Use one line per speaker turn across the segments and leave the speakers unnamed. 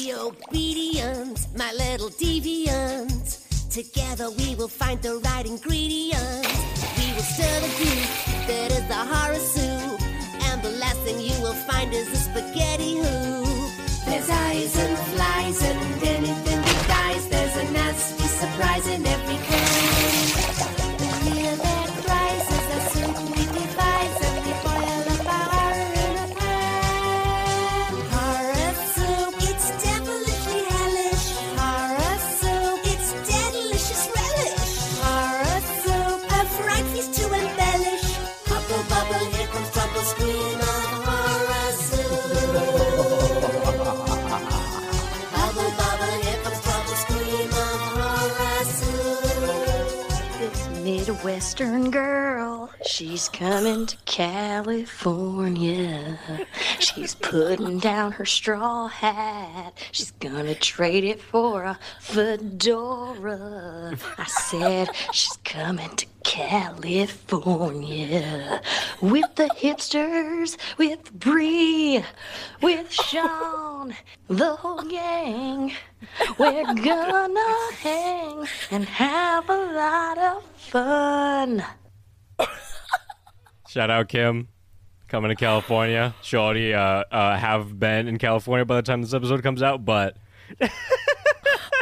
Be obedient, my little deviant. Together we will find the right ingredient. We will stir the goop that is the horror soup. And the last thing you will find is a spaghetti hoop. There's eyes and flies and anything that dies. There's a nasty surprise in every kind. The fear that rises, the soup we devise, and we boil up our horror in a pan. Horror soup, it's devilishly hellish. Horror soup, it's delicious relish. Horror soup, a fright feast to embellish. Hubble bubble, here comes trouble, scream of horror soup. Bubble bubble, here comes trouble, scream of horror soup.
This Midwestern girl, she's coming to California. She's putting down her straw hat. She's gonna trade it for a fedora. I said she's coming to California with the hipsters, with Bree, with Sean, the whole gang. We're gonna hang and have a lot of fun.
Shout out Kim, coming to California. She'll already uh, uh, have been in California by the time this episode comes out, but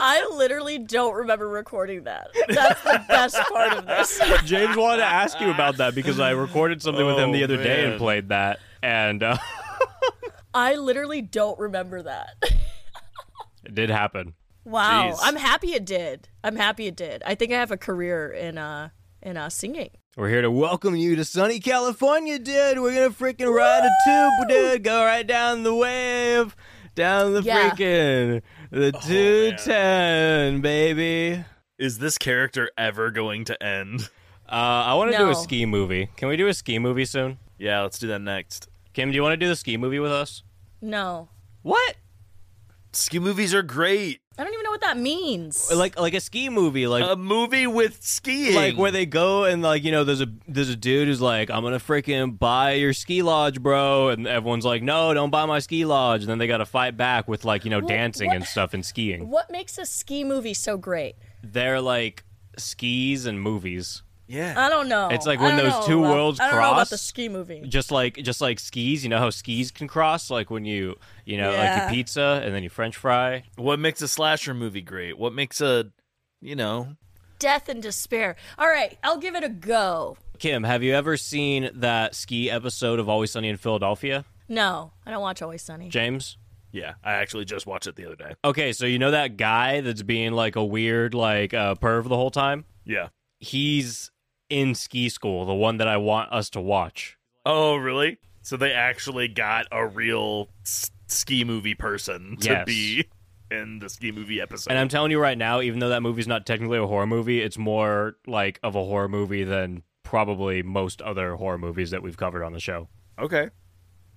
I literally don't remember recording that. That's the best part of this.
James wanted to ask you about that because I recorded something with him the
Oh,
other day and
man.
played that, and uh,
I literally don't remember that.
it did happen.
Wow.
Jeez.
I'm happy it did. I'm happy it did. I think I have a career in uh in uh singing.
We're here to welcome you to sunny California, dude. We're gonna freaking
ride a
tube, dude. Go right down the wave, down the
Yeah.
freaking
Oh,
the two ten, baby.
Is this character ever going to end?
Uh, I want to do
No.
a ski movie. Can we do a ski movie soon?
Yeah, let's do that next.
Kim, do you want to do the ski movie with us?
No.
What?
Ski movies are great.
I don't even know what that means.
Like like a ski movie, like
Uh,
A movie with skiing.
like where they go and like you know there's a there's a dude who's like I'm gonna freaking buy your ski lodge, bro, and everyone's like no, don't buy my ski lodge, and then they gotta fight back with like you know dancing
what-
and stuff and skiing.
what makes a ski movie so great?
They're like skis and movies,
yeah.
I don't know.
It's like
I
when
don't
those
know
two
about-
worlds
I don't know about the
cross.
ski movie.
just like just like skis. You know how skis can cross, like when you you know
Yeah.
like your pizza and then your French fry.
What makes a slasher movie great? What makes a, you know,
Death and despair. All right, I'll give it a go.
Kim, have you ever seen that ski episode of Always Sunny in Philadelphia?
No, I don't watch Always Sunny.
James.
yeah. I actually just watched it the other day.
Okay, so you know that guy that's being like a weird like uh, perv the whole time.
Yeah.
He's in ski school, the one that I want us to watch.
Oh, really? So they actually got a real s- ski movie person to
Yes.
be in the ski movie episode.
And I'm telling you right now, even though that movie's not technically a horror movie, it's more like of a horror movie than probably most other horror movies that we've covered on the show.
okay.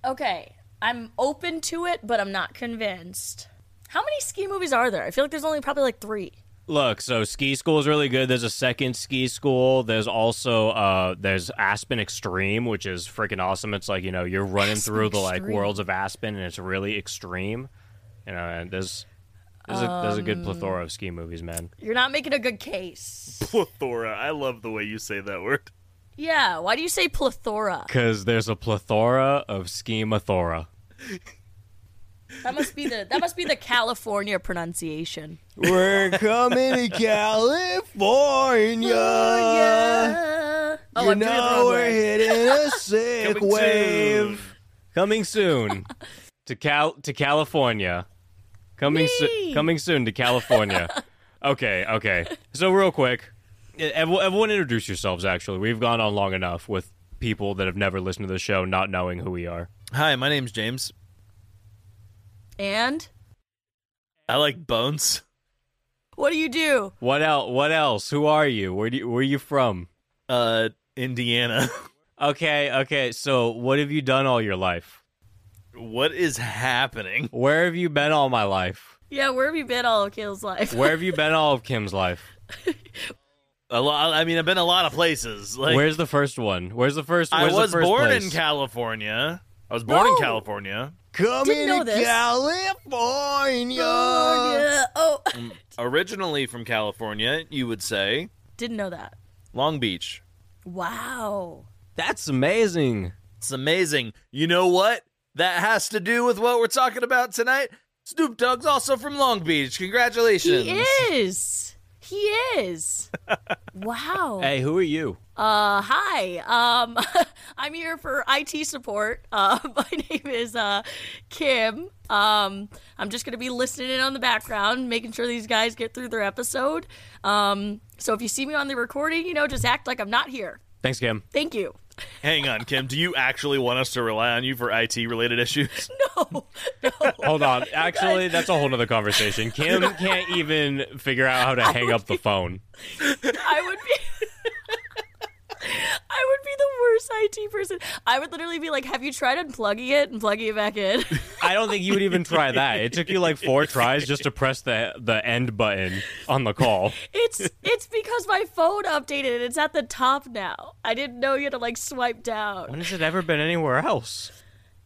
Okay, I'm open to it, but I'm not convinced. How many ski movies are there? I feel like there's only probably like three.
Look, so ski school is really good. There's a second ski school. There's also uh there's Aspen Extreme, which is freaking awesome. It's like, you know, you're running through the like
Extreme.
worlds of Aspen and it's really extreme. You know, and there's there's, a, there's a good plethora of ski movies, man.
You're not making a good case.
Plethora. I love the way you say that word.
Yeah, why do you say plethora?
Cuz there's a plethora of ski mathora.
That must be the that must be the California pronunciation.
We're coming to Uh, California.
Yeah. Oh, I'm doing it the wrong way.
hitting a sick
Coming wave. soon.
Coming soon to Cal to California. Coming so-
Whee!
coming soon to California. okay, okay. So real quick, eh, everyone, everyone introduce yourselves. Actually, we've gone on long enough with people that have never listened to the show not knowing who we are.
Hi, my name's James.
And
I like bones.
what do you do?
What else? What else? Who are you? Where do you, where are you from?
Uh, Indiana.
Okay, okay. So what have you done all your life?
what is happening?
Where have you been all my life?
Yeah, where have you been all of Kale's life?
Where have you been all of Kim's life?
A lot. I mean, I've been a lot of places. Like
Where's the first one? Where's the first?
I
where's the
was
first
born
place?
in California. I was born in
No.
California.
Coming
Didn't know
to
this.
California.
Yeah. Oh,
Originally from California, you would say
didn't know that.
Long Beach.
Wow.
That's amazing.
It's amazing. You know what? That has to do with what we're talking about tonight. Snoop Dogg's also from Long Beach. Congratulations.
He is. He is. wow.
Hey, who are you?
Uh, hi. Um, I'm here for IT support. Uh, my name is uh, Kim. Um, I'm just gonna be listening in on the background, making sure these guys get through their episode. Um, so if you see me on the recording, you know, just act like I'm not here.
Thanks, Kim.
Thank you.
Hang on, Kim. Do you actually want us to rely on you for IT related issues?
No, Oh, no.
Hold on. Actually, that's a whole nother conversation. Kim can't even figure out how to hang up the phone.
I would be. I would be the worst IT person. I would literally be like, "Have you tried unplugging it and plugging it back in?"
I don't think you would even try that. It took you like four tries just to press the the end button on the call.
It's it's because my phone updated and it's at the top now. I didn't know you had to like swipe down.
When has it ever been anywhere else?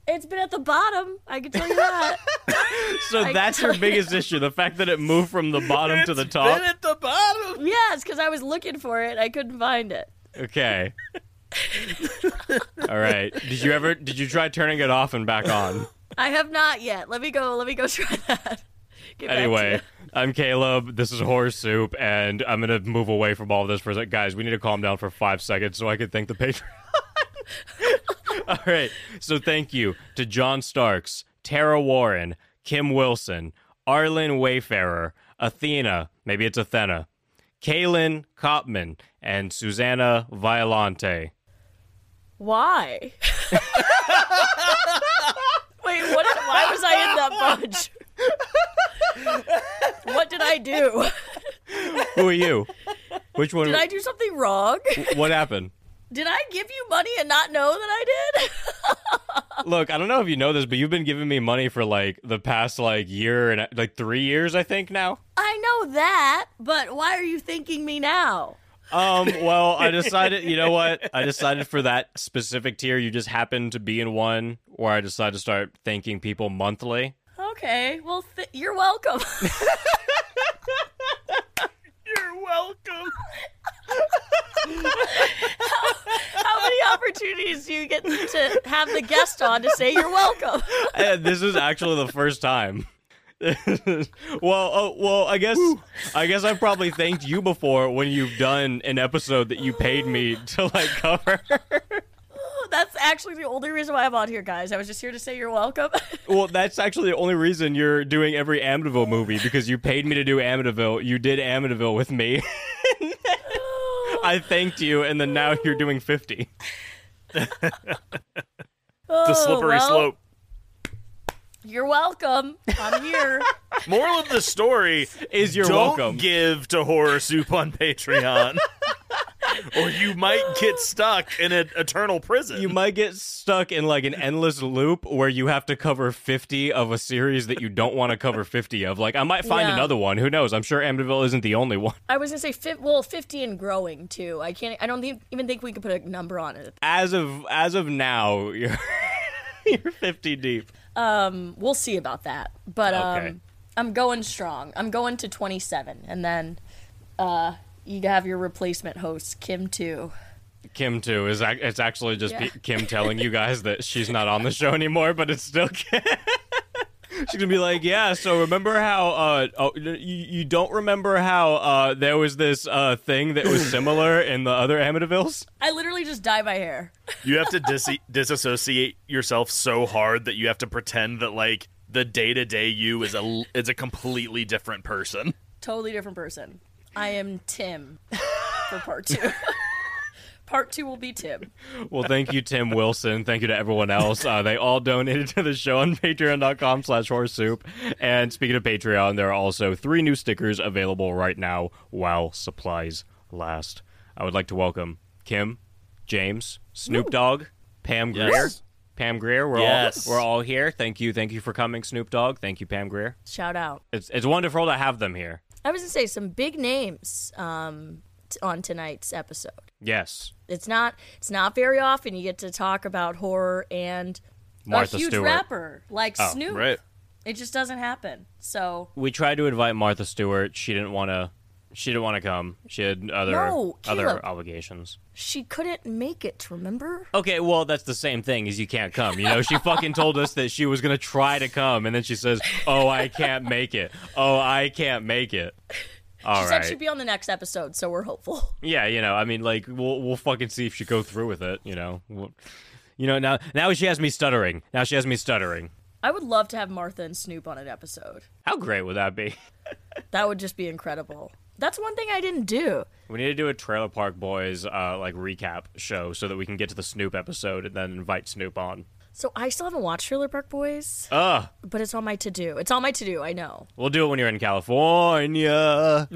It's been at the bottom. I can tell you that.
So
I
that's your biggest issue, the fact that it moved from the bottom to the top.
Been at the bottom.
yes, because I was looking for it. I couldn't find it.
Okay. All right. Did you ever did you try turning it off and back on?
I have not yet. Let me go. Let me go try that. Get back to
Anyway,
you.
I'm Caleb. This is Horse Soup, and I'm gonna move away from all of this for a sec. Guys, we need to calm down for five seconds so I can thank the patron. all right. So thank you to John Starks, Tara Warren, Kim Wilson, Arlen Wayfarer, Athena. Maybe it's Athena. Kaylin Kopman and Susanna Violante.
why? Wait, what? Why was I in that bunch? what did I do?
Who are you? Which one?
Did I do something wrong?
what happened?
Did I give you money and not know that I did?
Look, I don't know if you know this, but you've been giving me money for like the past like year and like three years, I think now.
I know that, but why are you thanking me now?
Um, well, I decided, you know what? I decided for that specific tier, you just happened to be in one where I decided to start thanking people monthly.
Okay, well, th- you're welcome.
You're welcome.
How many opportunities do you get to have the guest on to say you're welcome?
Uh, this is actually the first time. well, oh, well, I guess I guess I've probably thanked you before when you've done an episode that you paid me to like cover.
That's actually the only reason why I'm on here, guys. I was just here to say you're welcome.
Well, that's actually the only reason you're doing every Amityville movie because you paid me to do Amityville. You did Amityville with me. I thanked you, and then now you're doing 50.
The slippery
Oh, well.
slope.
You're welcome. I'm here.
Moral of the story
Is you're
don't
welcome.
give to horror soup on Patreon. or you might get stuck in an eternal prison.
you might get stuck in like an endless loop where you have to cover 50 of a series that you don't want to cover 50 of. Like, I might find
Yeah.
another one. Who knows? I'm sure Amityville isn't the only one.
I was gonna say, fi- well, 50 and growing too. I can't. I don't think, even think we could put a number on it.
As of as of now, you're you're 50 deep.
Um, we'll see about that. But um,
Okay.
I'm going strong. I'm going to 27, and then uh, you have your replacement host, Kim too.
Kim too is ac- it's actually just
Yeah.
pe- Kim telling you guys that she's not on the show anymore, but it's still Kim. she's gonna be like, yeah. So remember how? Uh, oh, you, you don't remember how uh, there was this uh, thing that was similar in the other Amityvilles?
I literally just dye my hair.
You have to dis- disassociate yourself so hard that you have to pretend that like the day to day you is a l- is a completely different person.
Totally different person. I am Tim for part two. part two will be Tim.
Well, thank you, Tim Wilson. Thank you to everyone else. Uh, they all donated to the show on patreon.com slash horse soup. And speaking of Patreon, there are also three new stickers available right now while supplies last. I would like to welcome Kim, James, Snoop Dogg, Pam Greer.
Yes.
Pam Greer, we're
Yes.
all we're all here. Thank you, thank you for coming, Snoop Dogg. Thank you, Pam Greer.
Shout out.
It's it's wonderful to have them here.
I was gonna say some big names um, t- on tonight's episode.
Yes.
It's not. It's not very often you get to talk about horror and
Martha
a huge
Stewart. Oh,
rapper like Snoop.
Right.
It just doesn't happen. So
We tried to invite Martha Stewart. She didn't want to. She didn't want to come. She had other
No, Caleb.
other obligations.
she couldn't make it. Remember?
Okay, well, that's the same thing as you can't come. You know, she fucking told us that she was going to try to come, and then she says, Oh, I can't make it. Oh, I can't make it. All
she
right.
said she'd be on the next episode, so we're hopeful.
yeah, you know, I mean, like, we'll, we'll fucking see if she go through with it, you know. We'll- you know, now now she has me stuttering. Now she has me stuttering.
I would love to have Martha and Snoop on an episode.
How great would that be?
That would just be incredible. That's one thing I didn't do.
We need to do a Trailer Park Boys, uh, like, recap show so that we can get to the Snoop episode and then invite Snoop on.
So I still haven't watched Trailer Park Boys.
Ugh,
but it's on my to do. It's on my to do. I know.
we'll do it when you're in California.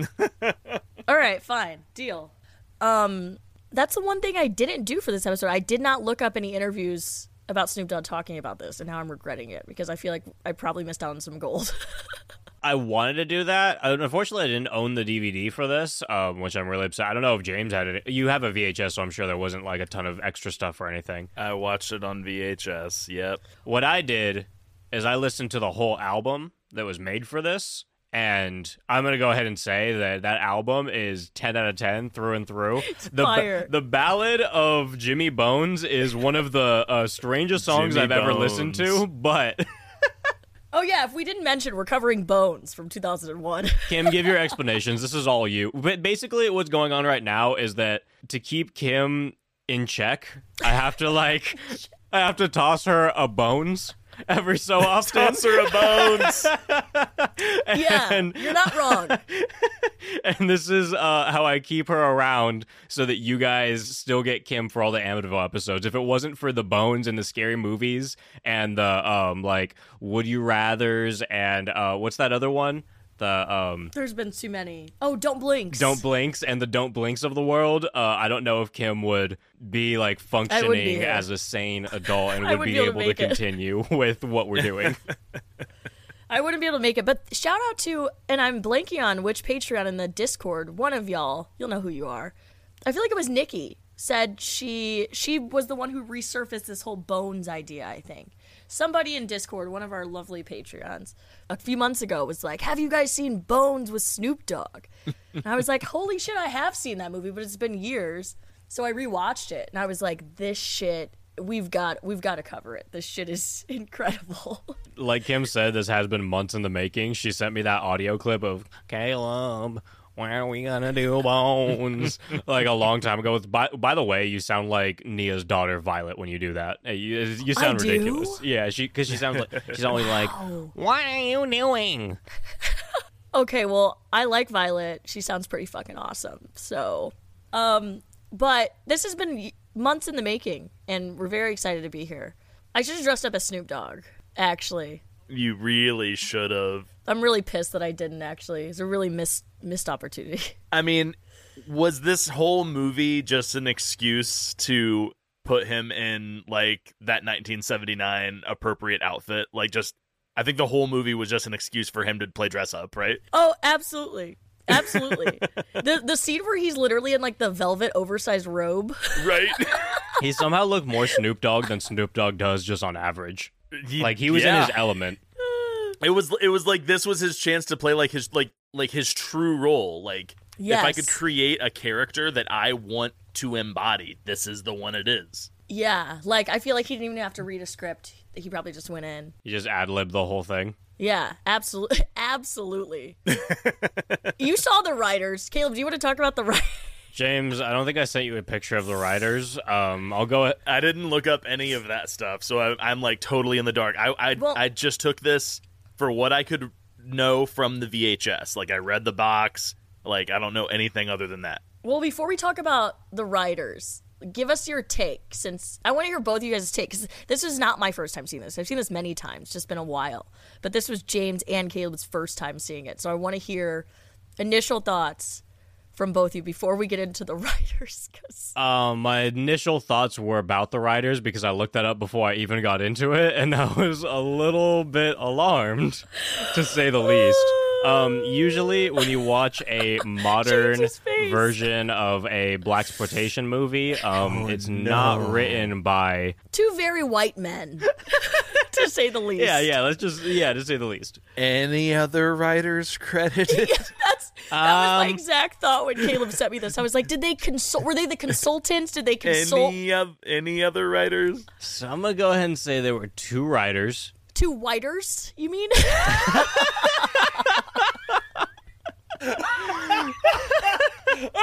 All right, fine, deal. Um, that's the one thing I didn't do for this episode. I did not look up any interviews about Snoop Dogg talking about this, and now I'm regretting it because I feel like I probably missed out on some gold.
I wanted to do that. Uh, Unfortunately, I didn't own the DVD for this, um, which I'm really upset. I don't know if James had it. You have a VHS, so I'm sure there wasn't like a ton of extra stuff or anything.
I watched it on VHS. Yep.
What I did is I listened to the whole album that was made for this, and I'm gonna go ahead and say that that album is 10 out of 10 through and through. the ba-
fire.
the ballad of Jimmy Bones is one of the uh, strangest songs
Jimmy
I've ever listened to,
Bones.
but.
oh yeah, if we didn't mention, we're covering Bones from 2001.
Kim, give your explanations. This is all you. But basically, what's going on right now is that to keep Kim in check, I have to like, I have to toss her a bones every so often.
Tosser of Bones.
yeah,
And-
you're not wrong.
and this is uh, how I keep her around so that you guys still get Kim for all the Amityville episodes. If it wasn't for the bones and the scary movies and the um like would you rather's and uh what's that other one? The um
There's been too many. Oh, don't blink.
don't blinks and the don't blinks of the world, uh, I don't know if Kim would be like
I wouldn't be
functioning
here.
as a sane adult and
I
would
wouldn't
be,
be able to
able to
make it.
continue with what we're doing.
I wouldn't be able to make it, but shout out to, and I'm blanking on which Patreon in the Discord, one of y'all, you'll know who you are. I feel like it was Nikki said she she was the one who resurfaced this whole bones idea, I think. Somebody in Discord, one of our lovely Patreons, a few months ago was like, "Have you guys seen Bones with Snoop Dogg?" and I was like, "Holy shit, I have seen that movie, but it's been years." So I rewatched it and I was like, "This shit, we've got we've got to cover it. This shit is incredible."
like Kim said, this has been months in the making. She sent me that audio clip of Caleb. Where are we gonna do bones? like a long time ago. It's- By, by the way, you sound like Nia's daughter Violet when you do that. Hey, You, uh, you sound
do?
ridiculous. Yeah, she because she sounds like she's only like, "What are you doing?"
Okay, well, I like Violet. She sounds pretty fucking awesome. So, um, but this has been y- months in the making, and we're very excited to be here. I should have dressed up as Snoop Dogg, actually.
you really should have.
I'm really pissed that I didn't, actually. It's a really missed, missed opportunity.
I mean, was this whole movie just an excuse to put him in like that 1979 appropriate outfit? Like, just I think the whole movie was just an excuse for him to play dress up, right?
Oh, absolutely. Absolutely. the the scene where he's literally in like the velvet oversized robe.
Right.
He somehow looked more Snoop Dogg than Snoop Dogg does just on average. Like he was in his element.
It was. It was like this was his chance to play like his like like his true role. Like if I could
Yes.
create a character that I want to embody, this is the one it is.
Yeah, like I feel like he didn't even have to read a script. He probably just went in.
He just ad libbed the whole thing.
Yeah, absolutely, absolutely. you saw the writers, Caleb. Do you want to talk about the writers?
James, I don't think I sent you a picture of the writers. Um, I'll go.
I didn't look up any of that stuff, so I, I'm like totally in the dark. I I,
Well-
I just took this for what I could know from the VHS. Like I read the box. Like I don't know anything other than that.
Well, before we talk about the writers, give us your take, since I want to hear both of you guys' take. 'cause this is not my first time seeing this. I've seen this many times, just been a while. But this was James and Caleb's first time seeing it, so I want to hear initial thoughts from both of you before we get into the writers. 'cause-
Um, my initial thoughts were about the writers because I looked that up before I even got into it, and I was a little bit alarmed, to say the least. Um, usually, when you watch a modern
James's face.
version of a black exploitation movie, um, it's not written by
two very white men. to say the least.
Yeah, yeah. Let's just yeah, to say the least.
Any other writers credited?
That's that was my
Um,
exact thought when Caleb sent me this. I was like, did they consult? Were they the consultants? Did they consult
any of any other writers?
So I'm gonna go ahead and say there were two writers.
two whiters? You mean?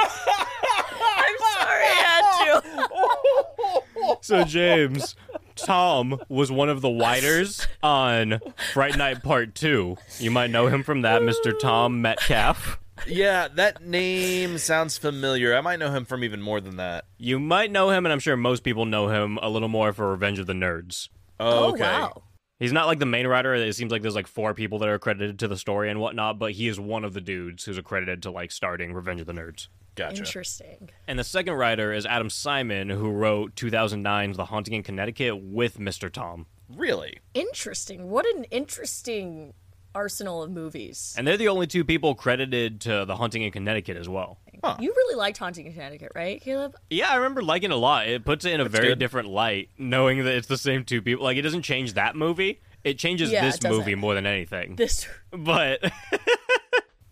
I'm sorry, I had to.
So James, Tom was one of the writers on Fright Night Part Two. You might know him from that, Mr. Tom Metcalf.
Yeah, that name sounds familiar. I might know him from even more than that.
You might know him, and I'm sure most people know him a little more for Revenge of the Nerds.
Oh, okay.
wow.
He's not like the main writer. It seems like there's like four people that are credited to the story and whatnot, but he is one of the dudes who's accredited to like starting Revenge of the Nerds.
Gotcha.
Interesting.
And the second writer is Adam Simon, who wrote 2009's The Haunting in Connecticut with Mr. Tom.
Really?
Interesting. What an interesting arsenal of movies.
And they're the only two people credited to The Haunting in Connecticut as well.
You really liked Haunting in Connecticut, right, Caleb?
Yeah, I remember liking it a lot. It puts it in a very
good.
different light, knowing that it's the same two people. Like, it doesn't change that movie. It changes
Yeah,
this
it doesn't.
movie more than anything.
This,
But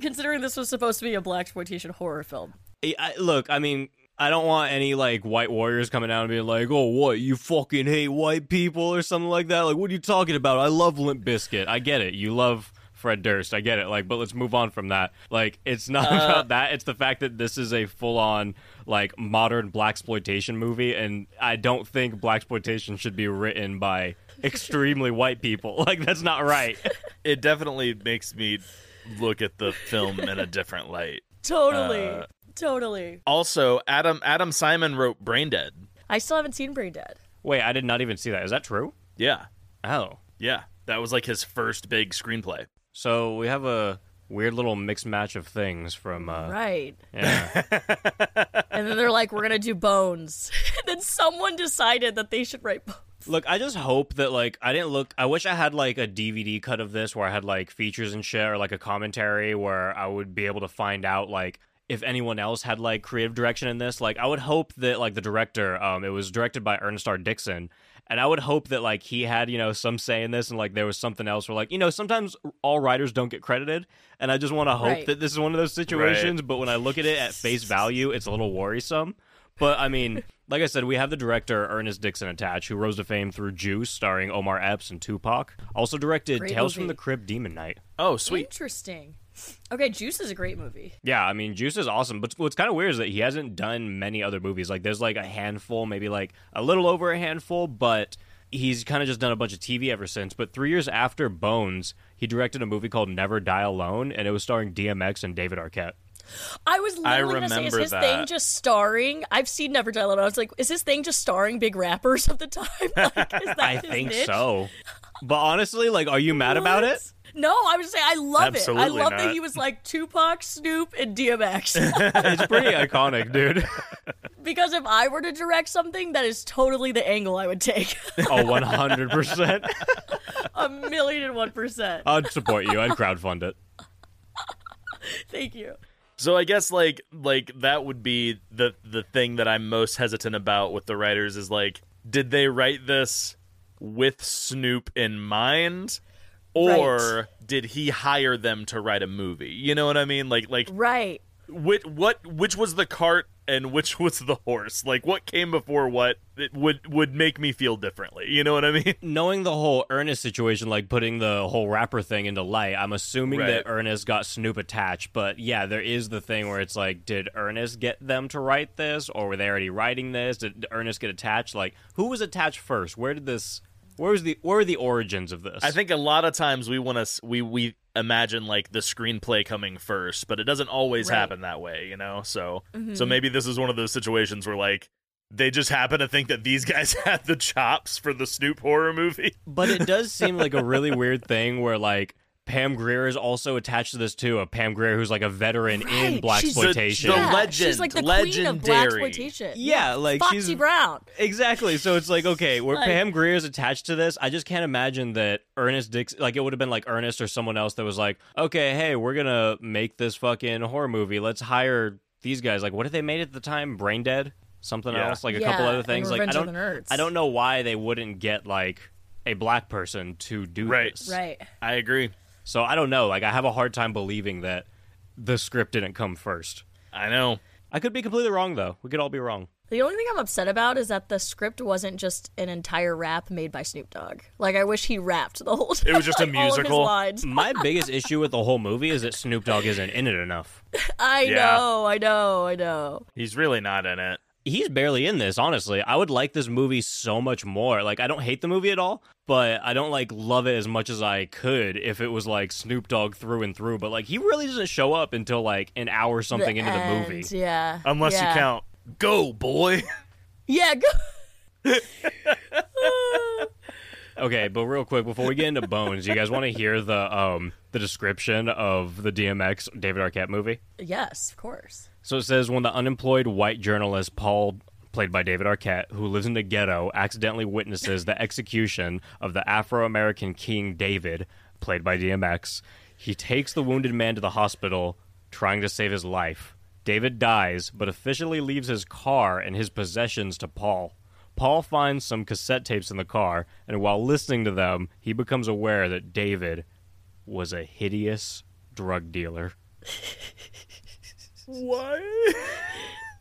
considering this was supposed to be a black exploitation horror film.
I- I, look, I mean, I don't want any like white warriors coming out and being like, "Oh, what you fucking hate white people" or something like that. Like, what are you talking about? I love Limp Biscuit. I get it. You love Fred Durst. I get it. Like, but let's move on from that. Like, it's not about that. It's the fact that this is a full-on like modern black exploitation movie, and I don't think black exploitation should be written by extremely white people. Like, that's not right.
It definitely makes me look at the film in a different light.
Totally.
Uh,
totally.
Also, Adam Adam Simon wrote Brain Dead.
I still haven't seen Brain Dead.
Wait, I did not even see that. Is that true?
Yeah.
Oh.
Yeah. That was like his first big screenplay.
So we have a weird little mixed match of things from uh
Right.
yeah.
And then they're like, we're going to do Bones. then someone decided that they should write Bones.
Look, I just hope that like I didn't look I wish I had like a DVD cut of this where I had like features and shit or like a commentary where I would be able to find out like if anyone else had like creative direction in this. Like I would hope that like the director um it was directed by Ernest R. Dixon and I would hope that like he had, you know, some say in this and like there was something else where like, you know, sometimes all writers don't get credited and I just want to hope
Right.
that this is one of those situations, but when I look at it at face value, it's a little worrisome. But I mean, like I said, we have the director Ernest Dixon attached, who rose to fame through Juice, starring Omar Epps and Tupac. Also directed
Great
Tales from
movie.
the Crypt, Demon Night.
Oh, sweet.
Interesting. Okay, Juice is a great movie.
Yeah, I mean, Juice is awesome. But what's kind of weird is that he hasn't done many other movies. Like, there's like a handful, maybe like a little over a handful, but he's kind of just done a bunch of TV ever since. But three years after Bones, he directed a movie called Never Die Alone, and it was starring DMX and David Arquette.
I was literally going to say, is
remember
his
that.
thing just starring? I've seen Never Die Alone. I was like, is his thing just starring big rappers of the time? Like, is that
I
his
think
niche?
so. But honestly, like, are you mad about
What?
it?
No, I was saying I love it. I
Absolutely
love that
not.
he was like Tupac, Snoop, and DMX.
It's pretty iconic, dude.
because if I were to direct something, that is totally the angle I would take.
Oh, 100%.
A million and one percent.
I'd support you. I'd crowdfund it.
Thank you.
So I guess like like that would be the the thing that I'm most hesitant about with the writers is like did they write this with Snoop in mind or did he hire them to write a movie? You know what I mean? Like like
Right.
which what which was the cart and which was the horse? Like what came before what it would would make me feel differently. You know what I mean?
Knowing the whole Ernest situation, like putting the whole rapper thing into light, I'm assuming that
Right.
Ernest got Snoop attached. But yeah, there is the thing where it's like, did Ernest get them to write this, or were they already writing this? Did Ernest get attached? Like, who was attached first? Where did this? Where was the? Where were the origins of this?
I think a lot of times we want to we we imagine like the screenplay coming first, but it doesn't always
Right. Mm-hmm.
happen that way, you know. So so maybe this is one of those situations where like they just happen to think that these guys had the chops for the Snoop horror movie.
But it does seem like a really weird thing where like Pam Grier is also attached to this too. A Pam Grier who's like a veteran in
Right,
black
she's-
exploitation.
The
yeah,
legend,
She's like the queen of black
legendary.
exploitation.
Yeah, like
Foxy
she's
Brown.
exactly. So it's like okay, where
Like-
Pam Grier is attached to this, I just can't imagine that Ernest Dix. Like it would have been like Ernest or someone else that was like, okay, hey, we're gonna make this fucking horror movie. Let's hire these guys. Like, what did they made at the time? Brain Dead, something
Yeah.
else, like a couple
Yeah,
other
and
things. Like I
Revenge of
don't,
the Nerds.
I don't know why they wouldn't get like. a black person to do
Right.
this.
Right.
I agree.
So I don't know. Like I have a hard time believing that the script didn't come first.
I know.
I could be completely wrong though. We could all be wrong.
The only thing I'm upset about is that the script wasn't just an entire rap made by Snoop Dogg. Like I wish he rapped the whole time.
It was just a
like, all of his
musical. Mm.
lines.
My biggest issue with the whole movie is that Snoop Dogg isn't in it enough.
I
Yeah.
know, I know, I know.
He's really not in it.
He's barely in this, honestly. I would like this movie so much more. Like I don't hate the movie at all, but I don't like love it as much as I could if it was like Snoop Dogg through and through, but like he really doesn't show up until like an hour something into the
end,
movie.
Yeah.
Unless
yeah.
you count Go Boy.
Yeah, go.
Okay, but real quick before we get into Bones, you guys want to hear the um the description of the DMX David Arquette movie?
yes, of course.
So it says when the unemployed white journalist Paul, played by David Arquette, who lives in the ghetto, accidentally witnesses the execution of the Afro American king David, played by DMX, he takes the wounded man to the hospital, trying to save his life. David dies, but officially leaves his car and his possessions to Paul. Paul finds some cassette tapes in the car, and while listening to them, he becomes aware that David was a hideous drug dealer.
what?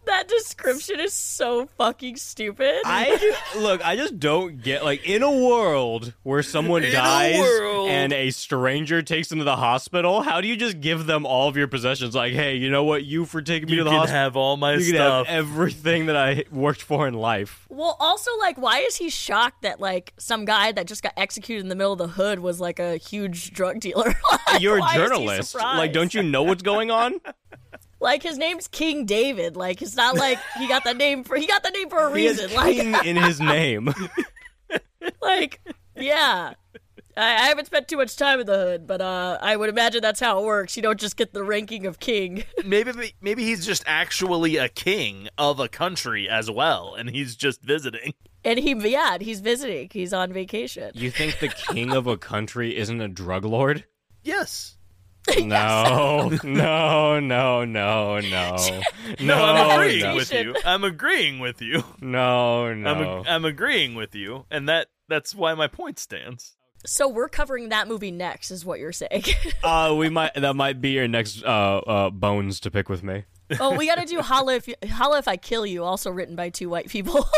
That description is so fucking stupid.
I ju- look. I just don't get like in a world where someone
In a
dies
world.
and a stranger takes them to the hospital. How do you just give them all of your possessions? Like, hey, you know what? You for taking me
You
to the
can
hospital.
have all my
you can
stuff.
have everything that I worked for in life.
well, also like why is he shocked that like some guy that just got executed in the middle of the hood was like a huge drug dealer? Like,
You're a
why is he
journalist. Like,
surprised?
don't you know what's going on?
Like his name's King David. Like it's not like he got the name for he got the name for a
he has
reason. Like
king in his name.
like yeah. I, I haven't spent too much time in the hood, but uh, I would imagine that's how it works. You don't just get the ranking of king.
maybe maybe he's just actually a king of a country as well, and he's just visiting.
And he yeah, and he's visiting. He's on vacation.
you think the king of a country isn't a drug lord?
Yes.
No, no, no, no, no,
No, I'm
no,
agreeing
no,
with you. I'm agreeing with you.
no, no.
I'm ag- I'm agreeing with you, and that that's why my point stands.
So we're covering that movie next, is what you're saying.
Uh, we might that might be your next uh, uh bones to pick with me.
oh, we gotta do Holla if you, Holla if I kill you, also written by two white people.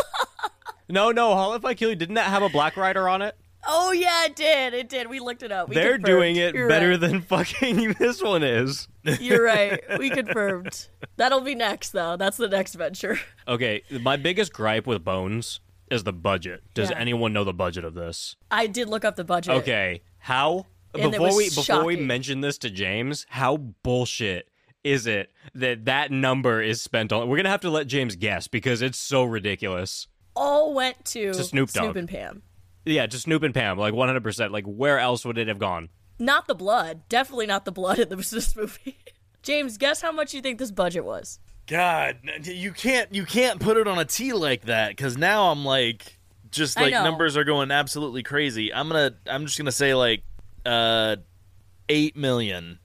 No, no, Hall If I Kill You didn't that have a black rider on it?
oh yeah, it did. It did. We looked it up. We
They're
confirmed.
doing it
You're
better
right.
than fucking this one is.
You're right. We confirmed. That'll be next, though. That's the next venture.
Okay, my biggest gripe with Bones is the budget. Does
Yeah.
anyone know the budget of this?
I did look up the budget.
Okay, how
And it
before
was
we before we
shocking.
mention this to James, how bullshit is it that that number is spent on? We're gonna have to let James guess because it's so ridiculous.
All went to,
To Snoop Dogg.
and Pam.
Yeah, to Snoop and Pam, like one hundred percent. Like where else would it have gone?
Not the blood. Definitely not the blood in this, this movie. James, guess how much you think this budget was?
God, n- you can't you can't put it on a T like that because now I'm like just
I
like
know.
numbers are going absolutely crazy. I'm gonna I'm just gonna say like uh eight million.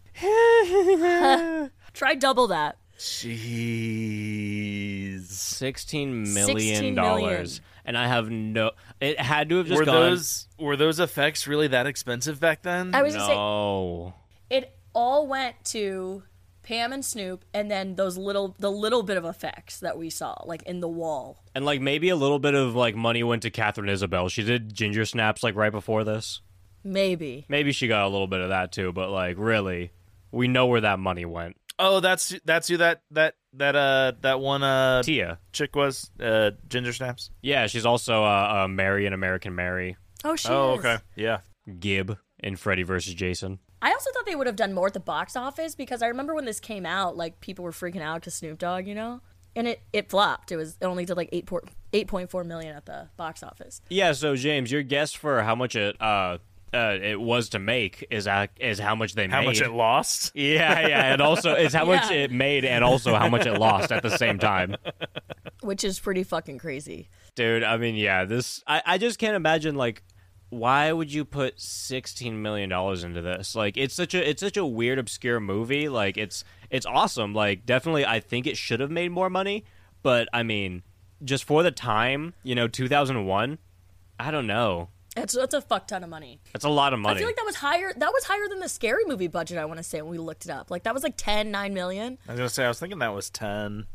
Try double that.
Jeez.
Sixteen
$16
million
million.
dollars, and I have no. It had to have just
Were
gone.
those were those effects really that expensive back then?
I was gonna say
no.
it all went to Pam and Snoop, and then those little the little bit of effects that we saw, like in the wall.
And like maybe a little bit of like money went to Catherine Isabel. She did ginger snaps like right before this.
Maybe.
Maybe she got a little bit of that too, but like really, we know where that money went.
oh, that's that's who that that that uh that one uh
Tia.
chick was uh Ginger Snaps.
Yeah, she's also uh, uh, Mary in American Mary,
Oh, she is.
Yeah.
Gib in Freddy versus Jason.
I also thought they would have done more at the box office because I remember when this came out, like people were freaking out because Snoop Dogg, you know, and it it flopped. It was it only did like eight point eight point four million at the box office.
Yeah. So James, your guess for how much it uh, uh it was to make is uh, is how much they
How
made.
much it lost?
Yeah, yeah, and also it's how much
Yeah.
it made and also how much it lost at the same time.
which is pretty fucking crazy.
Dude, I mean, yeah, this I, I just can't imagine like why would you put sixteen million dollars into this? Like it's such a it's such a weird, obscure movie. Like it's it's awesome. Like definitely I think it should have made more money, but I mean, just for the time, you know, two thousand one, I don't know.
That's that's a fuck ton of money.
That's a lot of
I
money.
feel like that was higher. That was higher than the scary movie budget. I want to say when we looked it up, like that was like 10, 9 million,
I was gonna say I was thinking that was ten.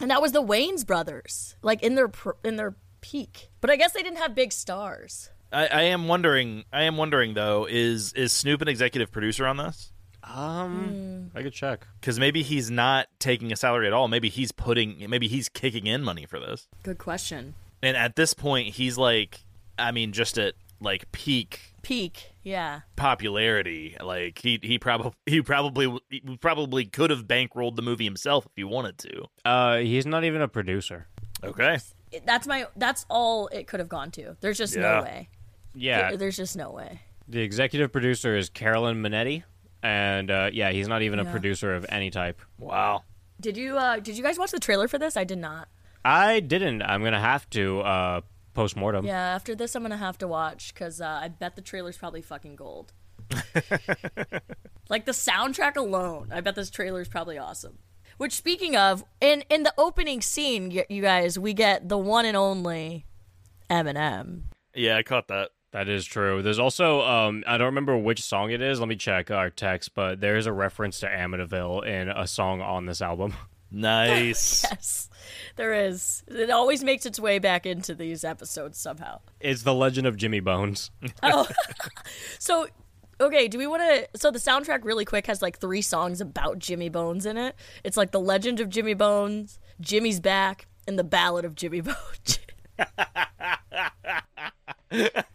and that was the Wayne's brothers, like in their pr- in their peak. But I guess they didn't have big stars.
I, I am wondering. I am wondering though. Is is Snoop an executive producer on this?
um, I could check.
Because maybe he's not taking a salary at all. Maybe he's putting. Maybe he's kicking in money for this.
Good question.
And at this point, he's like, I mean, just at like peak
Peak, yeah.
popularity. Like he he probably he probably he probably could have bankrolled the movie himself if he wanted to.
Uh, he's not even a producer.
Okay.
It- That's my. That's all it could have gone to. There's just
Yeah.
no way.
Yeah,
There's just no way.
the executive producer is Carolyn Manetti, and uh, yeah, he's not even a
Yeah.
producer of any type.
Wow.
Did you uh did you guys watch the trailer for this? I did not.
I didn't. I'm gonna have to uh post mortem.
Yeah, after this I'm going to have to watch cuz uh, I bet the trailer's probably fucking gold. like the soundtrack alone. I bet this trailer's probably awesome. Which speaking of, in in the opening scene, y- you guys, we get the one and only Eminem.
Yeah, I caught that.
That is true. There's also um I don't remember which song it is. Let me check our text, but there is a reference to Amityville in a song on this album.
Nice.
Yes. There is. It always makes its way back into these episodes somehow.
It's the legend of Jimmy Bones.
So, okay, do we want to? So the soundtrack, really quick, has like three songs about Jimmy Bones in it. It's like the Legend of Jimmy Bones, Jimmy's Back, and the Ballad of Jimmy Bones.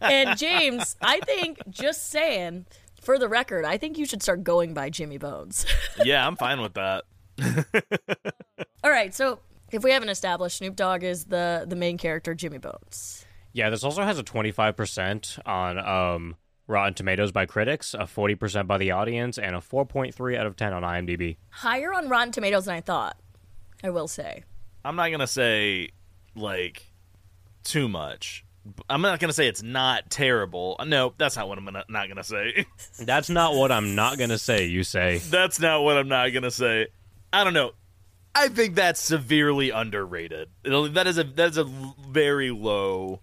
and James, I think just saying for the record, I think you should start going by Jimmy Bones.
yeah, I'm fine with that.
All right, so if we haven't established, Snoop Dogg is the the main character, Jimmy Bones.
Yeah, this also has a 25% on um Rotten Tomatoes by critics, a 40% by the audience, and a 4.3 out of 10 on IMDb.
Higher on Rotten Tomatoes than I thought. I will say.
I'm not gonna say like too much. I'm not gonna say it's not terrible. No, that's not what I'm gonna, not gonna say.
That's not what I'm not going to say, you say.
that's not what I'm not gonna say. I don't know. I think that's severely underrated. It'll- That is a that is a very low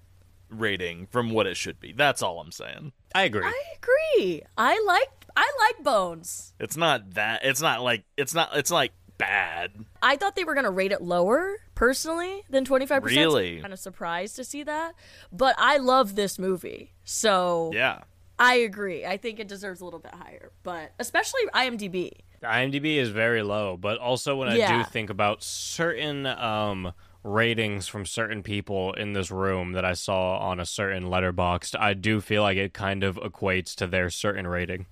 rating from what it should be. That's all I'm saying.
I agree.
I agree. I like I like Bones.
It's not that. It's not like it's not it's like bad.
I thought they were going to rate it lower personally than 25%.
Really?
Kind of surprised to see that. But I love this movie. So
Yeah.
I agree. I think it deserves a little bit higher, but especially IMDb.
IMDb is very low, but also when I
Yeah.
do think about certain um, ratings from certain people in this room that I saw on a certain letterboxed, I do feel like it kind of equates to their certain rating.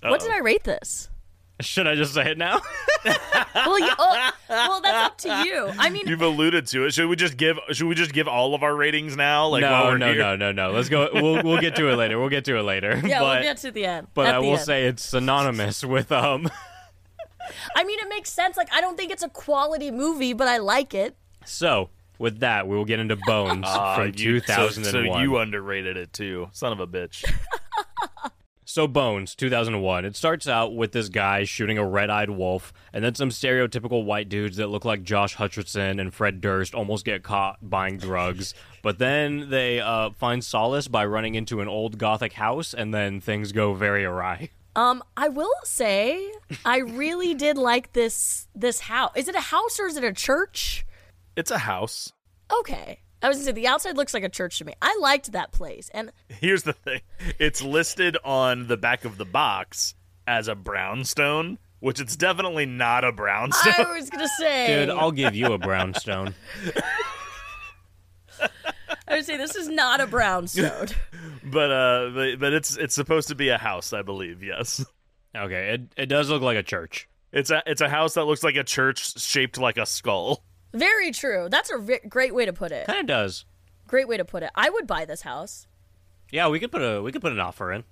What did I rate this?
Should I just say it now?
Well, you, oh, well, that's up to you. I mean,
You've alluded to it. Should we just give should we just give all of our ratings now? Like while
no,
we're
no,
here?
no, no, no. Let's go. We'll we'll get to it later. We'll get to it later.
yeah,
but
we'll get to the end.
but
at
I
the
will
end.
say it's synonymous with um
I mean, it makes sense. Like, I don't think it's a quality movie, but I like it.
So, with that, we will get into Bones
Ah,
from
you- so-
2001.
So, you underrated it too, son of a bitch.
So, Bones, 2001. It starts out with this guy shooting a red eyed wolf, and then some stereotypical white dudes that look like Josh Hutcherson and Fred Durst almost get caught buying drugs. but then they uh, find solace by running into an old Gothic house, and then things go very awry.
Um, I will say, I really did like this this house. Is it a house or is it a church?
It's a house.
okay. I was gonna say the outside looks like a church to me. I liked that place, and
Here's the thing. It's listed on the back of the box as a brownstone, which it's definitely not a brownstone.
I was gonna say,
Dude, I'll give you a brownstone.
I would say this is not a brownstone.
But uh but, but it's it's supposed to be a house, I believe. Yes.
okay, it, it does look like a church.
It's a it's a house that looks like a church shaped like a skull.
Very true. That's a ve- great way to put it.
Kind of does.
Great way to put it. I would buy this house.
Yeah, we could put a we could put an offer in.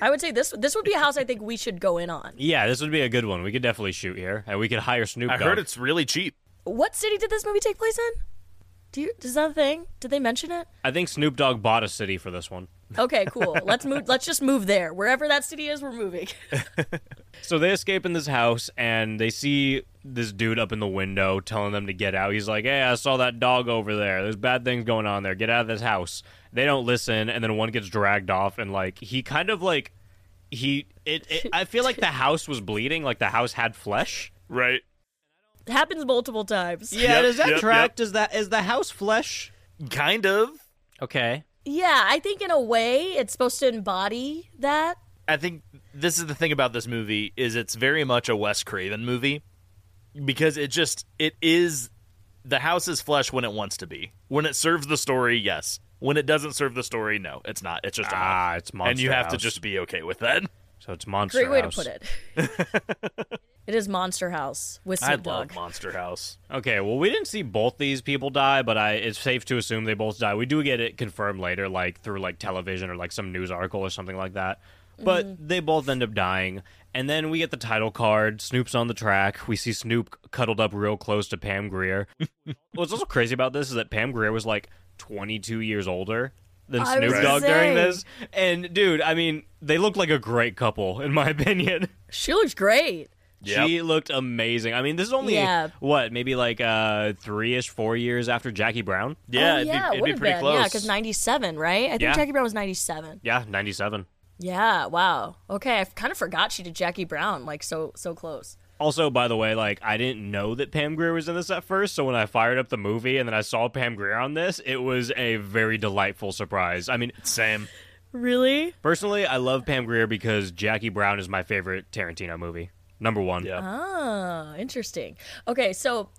I would say this this would be a house I think we should go in on.
Yeah, this would be a good one. We could definitely shoot here, and we could hire Snoop
I
Dogg.
heard it's really cheap.
What city did this movie take place in? Do you is that a thing? Did they mention it?
I think Snoop Dogg bought a city for this one.
Okay, cool. Let's move. Let's just move there. Wherever that city is, we're moving.
So they escape in this house and they see this dude up in the window telling them to get out. He's like, "Hey, I saw that dog over there. There's bad things going on there. Get out of this house." They don't listen, and then one gets dragged off, and like he kind of like he it, it I feel like the house was bleeding, like the house had flesh.
right?
It happens multiple times.
Yeah,
Yep,
does that
yep,
track?
yep.
Does that is the house flesh?
Kind of.
Okay.
Yeah, I think in a way it's supposed to embody that.
I think this is the thing about this movie is it's very much a Wes Craven movie because it just it is the house is flesh when it wants to be. When it serves the story, yes. When it doesn't serve the story, no. It's not. It's just a
Ah, it's monster.
and you have to
House.
just be okay with that.
so it's monster.
Great way
House.
to put it. it is Monster House with
I
Snoop Dogg.
love Monster House.
Okay, well, we didn't see both these people die, but I it's safe to assume they both die. We do get it confirmed later, like through like television or like some news article or something like that. But
Mm-hmm.
they both end up dying, and then we get the title card. Snoop's on the track. We see Snoop cuddled up real close to Pam Greer. What's also crazy about this is that Pam Greer was like 22 years older than
I was
Snoop
gonna
Dogg during
say.
this. And dude, I mean, they look like a great couple in my opinion.
She looks great.
She looked amazing. I mean, this is only
Yeah.
what maybe like uh three ish, four years after Jackie Brown.
Yeah,
oh,
it'd be-
yeah,
it'd be,
would have
pretty
been.
close.
Yeah, because 97, right? I think
Yeah.
Jackie Brown was 97.
Yeah, ninety seven.
Yeah, wow. Okay, I kind of forgot she did Jackie Brown, like so so close.
Also, by the way, like I didn't know that Pam Grier was in this at first, so when I fired up the movie and then I saw Pam Grier on this, it was a very delightful surprise. I mean,
Same.
Really?
personally, I love Pam Grier because Jackie Brown is my favorite Tarantino movie. Number one.
Yeah.
Ah, interesting. Okay, so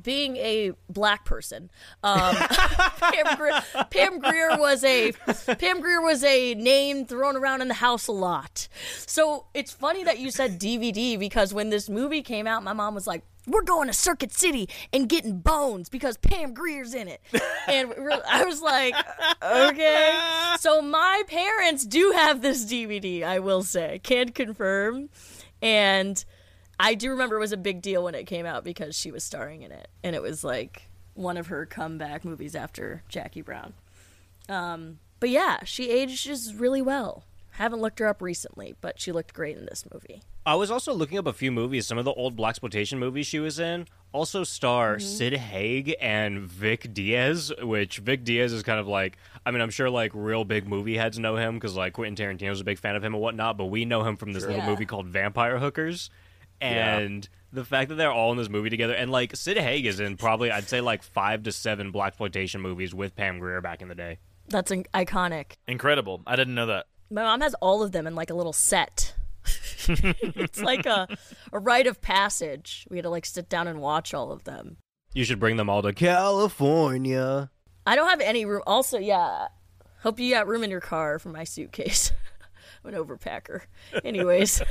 being a black person, um, Pam, Grier, Pam Grier was a Pam Grier was a name thrown around in the house a lot. So it's funny that you said DVD because when this movie came out, my mom was like. We're going to Circuit City and getting bones because Pam Greer's in it. And we were- I was like, okay. So my parents do have this DVD, I will say. Can confirm. And I do remember it was a big deal when it came out because she was starring in it, and it was like one of her comeback movies after Jackie Brown. Um, but yeah, she ages really well. Haven't looked her up recently, but she looked great in this movie.
I was also looking up a few movies. Some of the old black exploitation movies she was in also star Sid Haig and Vic Diaz, which Vic Diaz is kind of like. I mean, I'm sure like real big movie heads know him because like Quentin Tarantino's a big fan of him and whatnot. But we know him from this little
Yeah.
movie called Vampire Hookers, and the fact that they're all in this movie together and like Sid Haig is in probably I'd say like five to seven black exploitation movies with Pam Grier back in the day.
That's an- iconic.
Incredible. I didn't know that.
My mom has all of them in like a little set. it's like a, a rite of passage. We had to like sit down and watch all of them.
You should bring them all to California.
I don't have any room. Also, yeah. Hope you got room in your car for my suitcase. I'm an overpacker. Anyways.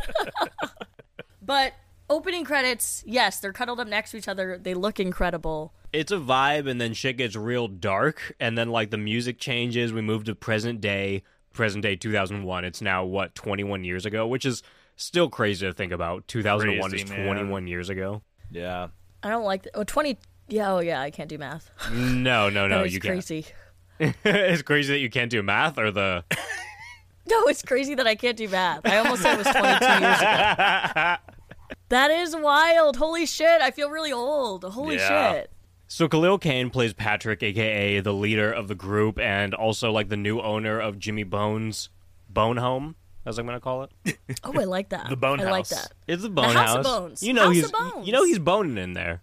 but opening credits, yes, they're cuddled up next to each other. They look incredible.
it's a vibe and then shit gets real dark and then like the music changes we move to present day present day 2001 it's now what 21 years ago which is still crazy to think about 2001
Crazy,
is
man.
21 years ago
Yeah.
I don't like the, oh 20 yeah, oh yeah, I can't do math.
no no no
That is
you
crazy.
can't it's crazy that you can't do math or the
No, it's crazy that I can't do math. I almost said it was 22 years ago. That is wild. Holy shit. I feel really old. Holy
Yeah.
shit.
so Khalil Kane plays Patrick aka the leader of the group and also like the new owner of Jimmy Bones Bone Home as I'm going to call it
Oh, I like that.
The Bone
I like
House.
that.
it's the Bone
House of Bones.
you know
House
he's
of Bones.
you know he's boning in there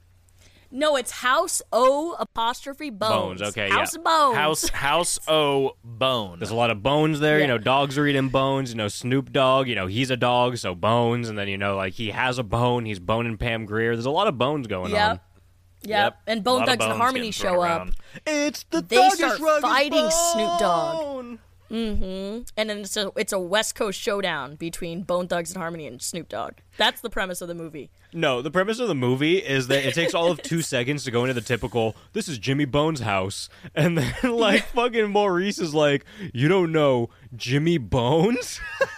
No, it's House O apostrophe bones.
Bones, okay,
House
yeah.
bones.
House House O Bone.
There's a lot of bones there.
Yeah.
You know, dogs are eating bones. You know, Snoop Dogg, you know, he's a dog, so bones. And then, you know, like he has a bone. He's boning Pam Greer. There's a lot of bones going
Yep. Yep. And Bone Thugs and Harmony show up,
on. It's the
They thuggish, start ruggish fighting Snoop Dogg. and then it's a it's a West Coast showdown between Bone Thugs and Harmony and Snoop Dogg. That's the premise of the movie.
No, the premise of the movie is that it takes all of two seconds to go into the typical, this is Jimmy Bones' house. And then, like, fucking Maurice is like, you don't know Jimmy Bones?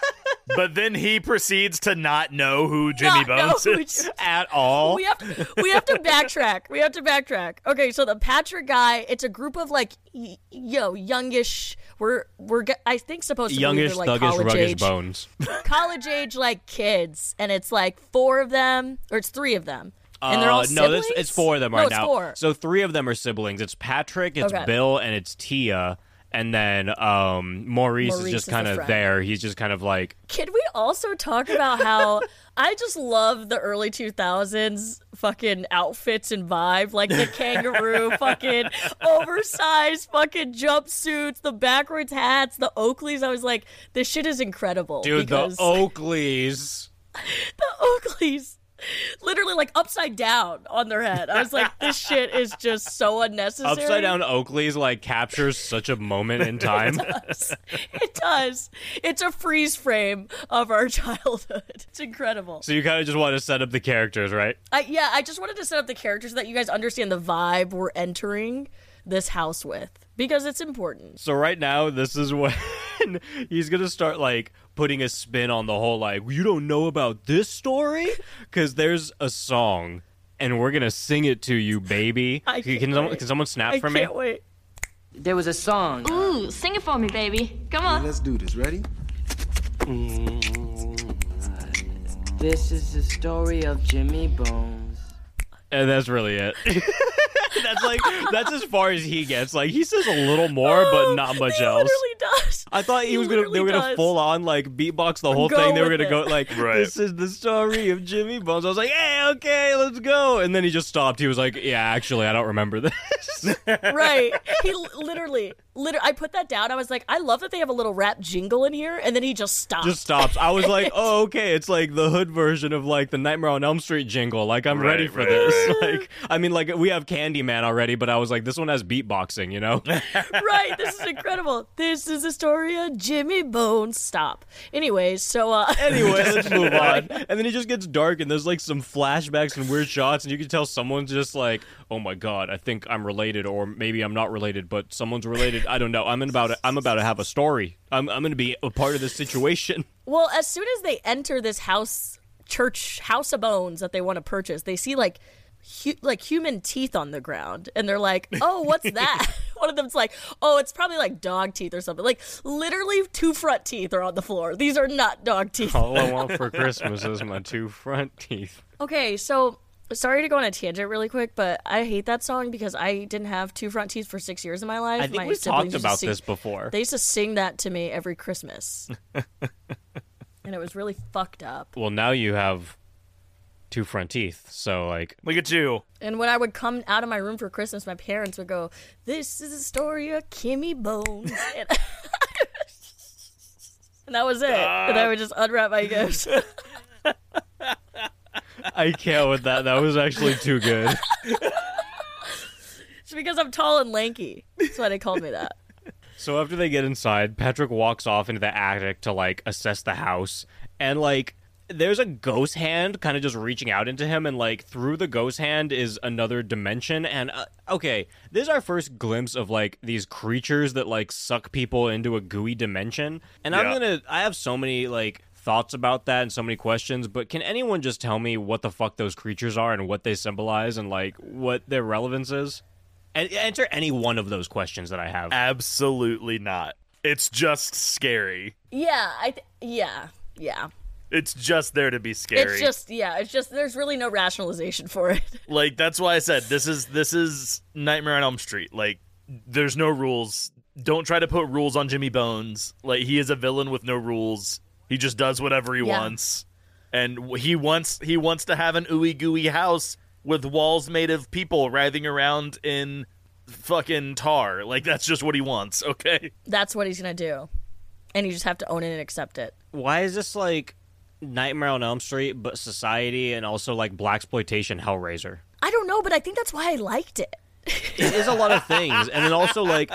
But then he proceeds to not know who Jimmy
Not
Bones
know who
is.
Jim-
At all.
We have to we have to backtrack. We have to backtrack. Okay, so the Patrick guy, it's a group of like y- yo youngish. We're we're ge- I think supposed to be
Youngish,
they're, like
thuggish,
college
ruggish
age.
bones.
college age like kids, and it's like four of them, or it's three of them, and they're all
Uh, no,
siblings?
it's, it's four of them
No,
right
it's
now.
Four.
So three of them are siblings. It's Patrick, it's
Okay.
Bill, and it's Tia. and then um, Maurice,
Maurice
is
is
just
a
kind of
friend.
there. He's just kind of like
Can we also talk about how I just love the early 2000s fucking outfits and vibe? Like the kangaroo fucking oversized fucking jumpsuits, the backwards hats, the Oakleys. I was like, this shit is incredible.
Dude,
because
the Oakleys.
the Oakleys literally like upside down on their head. I was like, this shit is just so unnecessary.
Upside down Oakleys like captures such a moment in time.
It does. It's a freeze frame of our childhood. It's incredible.
so you kind of just want to set up the characters, right?
I, yeah, I just wanted to set up the characters so that you guys understand the vibe we're entering this house with because it's important.
So right now, this is when he's gonna start like putting a spin on the whole like you don't know about this story because there's a song and we're gonna sing it to you, baby.
I
can,
can't
someone-
wait.
can someone snap
I
for me?
can't wait.
There was a song.
Ooh, sing it for me, baby. Come on.
Let's do this. Ready?
This is the story of Jimmy Bones.
And that's really it. that's like that's as far as he gets. Like he says a little more,
Oh,
but not much
he
else.
Literally does.
I thought he, was gonna they
literally
were gonna
does.
full on like beatbox the whole
Go
thing. They were
with
gonna go
it.
like
Right.
this is the story of Jimmy Bones. I was like, hey, okay, let's go. And then he just stopped. He was like, yeah, actually, I don't remember this.
right. He li- literally, literally. I put that down. I was like, I love that they have a little rap jingle in here, and then he just stopped.
just stops. I was like, oh, okay, it's like the hood version of like the Nightmare on Elm Street jingle. Like I'm
Right,
ready for
right,
this. Like I mean, like we have Candyman already, but I was like, this one has beatboxing. You know,
right. This is incredible. This is the story of Jimmy Bones. Stop. Anyways, so uh,
anyway, let's move on. And then it just gets dark, and there's like some flashbacks and weird shots, and you can tell someone's just like, "Oh my god, I think I'm related, or maybe I'm not related, but someone's related. I don't know. I'm in about. I'm about to have a story. I'm. I'm going to be a part of this situation."
Well, as soon as they enter this house, church house of bones that they want to purchase, they see like hu- like human teeth on the ground, and they're like, "Oh, what's that?" One of them's like, "Oh, it's probably like dog teeth or something." Like literally, two front teeth are on the floor. These are not dog teeth.
All I want for Christmas is my two front teeth.
Okay, so sorry to go on a tangent really quick, but I hate that song because I didn't have two front teeth for six years of my life.
I think
my
we
siblings
talked
used to
about
sing-
this before.
They used to sing that to me every Christmas, and it was really fucked up.
well, now you have two front teeth, so like
Look at you.
And when I would come out of my room for Christmas, my parents would go, "This is the story of Kimmy Bones," and, and that was it. And I would just unwrap my gifts.
I can't with that. That was actually too good.
it's because I'm tall and lanky. That's why they called me that.
So after they get inside, Patrick walks off into the attic to like assess the house and like there's a ghost hand kind of just reaching out into him and like through the ghost hand is another dimension and uh, okay, this is our first glimpse of like these creatures that like suck people into a gooey dimension. And I'm
Yeah.
going to I have so many like thoughts about that and so many questions, but can anyone just tell me what the fuck those creatures are and what they symbolize and like what their relevance is? And answer any one of those questions that I have.
Absolutely not. It's just scary.
Yeah, I th- yeah yeah.
It's just there to be scary.
It's just yeah. It's just there's really no rationalization for it.
like that's why I said this is this is Nightmare on Elm Street. Like there's no rules. Don't try to put rules on Jimmy Bones. Like he is a villain with no rules. He just does whatever he
Yeah.
wants. And w- he wants he wants to have an ooey gooey house with walls made of people writhing around in fucking tar. Like that's just what he wants, okay?
That's what he's gonna do, and you just have to own it and accept it.
why is this like Nightmare on Elm Street, but society and also like black exploitation Hellraiser?
I don't know, but I think that's why I liked it.
It is a lot of things, and then also like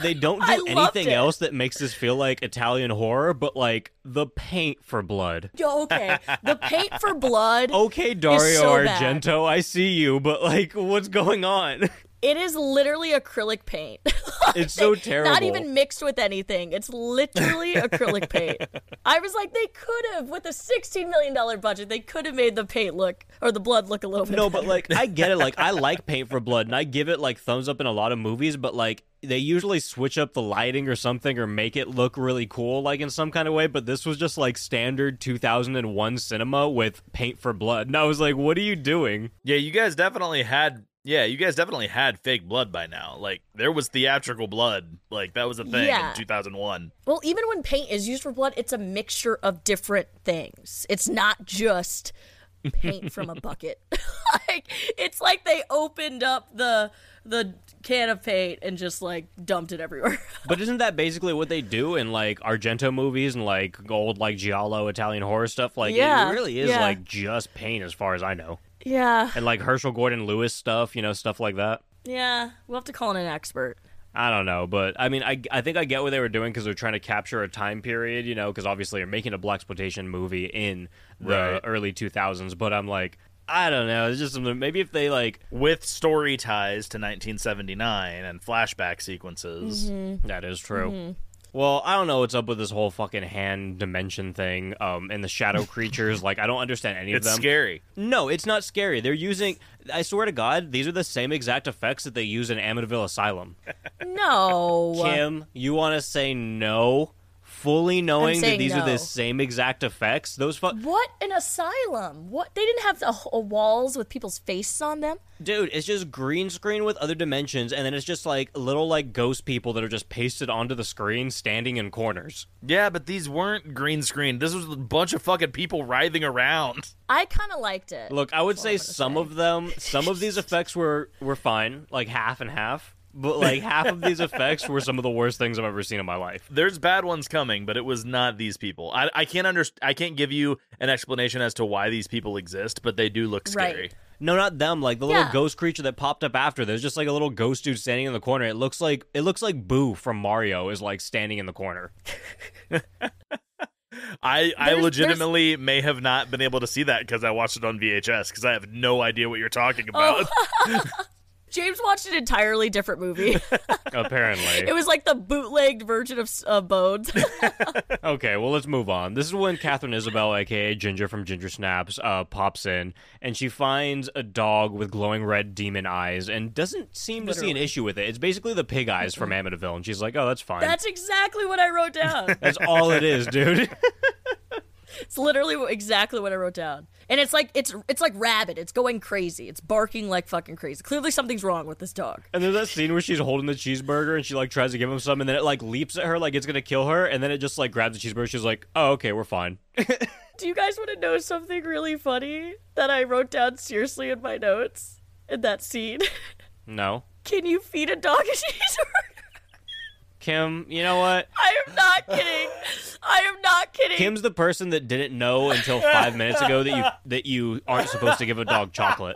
they don't
I
do
loved
anything
it.
else that makes this feel like Italian horror, but like the paint for blood.
Yo, okay, the paint for blood.
Okay, Dario
so bad.
Argento, I see you, but like, what's going on?
It is literally acrylic paint.
It's so terrible.
Not even mixed with anything. It's literally acrylic paint. I was like, they could have, with a $16 million budget, they could have made the paint look, or the blood look a little bit
No,
better.
but like I get it. Like I like Paint for Blood, and I give it like thumbs up in a lot of movies. But like they usually switch up the lighting or something or make it look really cool like in some kind of way but this was just like standard 2001 cinema with paint for blood and i was like what are you doing
Yeah, you guys definitely had. Yeah, you guys definitely had fake blood by now. Like there was theatrical blood. Like that was a thing
Yeah.
in 2001.
Well, even when paint is used for blood, it's a mixture of different things. It's not just paint from a bucket. like it's like they opened up the the can of paint and just like dumped it everywhere.
but isn't that basically what they do in like argento movies and like old like giallo italian horror stuff like
Yeah,
it really is
yeah.
like just paint as far as i know
yeah.
and like herschel gordon lewis stuff you know stuff like that
Yeah. We'll have to call in an expert.
I don't know, but I mean, I, I think I get what they were doing because they're trying to capture a time period, you know, because obviously you're making a black exploitation movie in the
Right.
early 2000s. But I'm like, I don't know. It's just something- maybe if they like
With story ties to 1979 and flashback sequences.
Mm-hmm.
that is true. Well, I don't know what's up with this whole fucking hand dimension thing um, and the shadow creatures. like, I don't understand any
It's
of them.
scary.
No, it's not scary. They're using. I swear to God, these are the same exact effects that they use in Amityville Asylum.
No.
Kim, you want to say no, fully knowing that
saying
these are
no.
the same exact effects. Those fu-
What an asylum! What they didn't have a, a walls with people's faces on them.
dude, it's just green screen with other dimensions, and then it's just like little like ghost people that are just pasted onto the screen, standing in corners.
Yeah, but these weren't green screen. This was a bunch of fucking people writhing around.
I kind of liked it.
Look, I would say
That's what I'm
some
gonna
of them, some of these effects were were fine, like half and half. But like half of these effects were some of the worst things I've ever seen in my life.
There's bad ones coming, but it was not these people. I, I can't under, I can't give you an explanation as to why these people exist, but they do look
Right.
scary.
No, not them. Like the little
Yeah.
ghost creature that popped up after. There's just like a little ghost dude standing in the corner. It looks like it looks like Boo from Mario is like standing in the corner.
I, I
There's-
legitimately may have not been able to see that because I watched it on VHS because I have no idea what you're talking
Oh.
about.
James watched an entirely different movie.
Apparently.
it was like the bootlegged version of, S- of Bones.
okay, well, let's move on. This is when Catherine Isabel, aka Ginger from Ginger Snaps, uh, pops in and she finds a dog with glowing red demon eyes and doesn't seem to see an issue with it. It's basically the pig eyes from Amityville, and she's like, oh, that's fine.
That's exactly what I wrote down.
that's all it is, dude.
It's literally what- exactly what I wrote down. And it's like it's it's like rabid. It's going crazy. It's barking like fucking crazy. Clearly something's wrong with this dog.
And there's that scene where she's holding the cheeseburger and she like tries to give him some and then it like leaps at her like it's gonna kill her and then it just like grabs the cheeseburger. She's like, oh, okay, we're fine.
Do you guys want to know something really funny that I wrote down seriously in my notes in that scene?
No.
Can you feed a dog a cheeseburger?
Kim, you know what?
I am not kidding. I am not kidding.
Kim's the person that didn't know until five minutes ago that you that you aren't supposed to give a dog chocolate.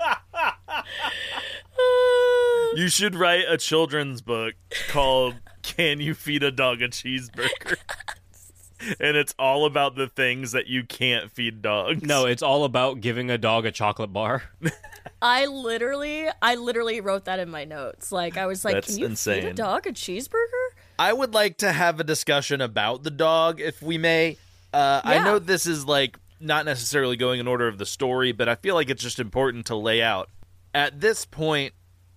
you should write a children's book called Can You Feed a Dog a Cheeseburger? and it's all about the things that you can't feed dogs.
No, it's all about giving a dog a chocolate bar.
I literally, I literally wrote that in my notes. Like I was like,
That's
can you feed a
insane.
dog a cheeseburger?
I would like to have a discussion about the dog, if we may. Uh, I
Yeah.
know this is like not necessarily going in order of the story, but I feel like it's just important to lay out. At this point,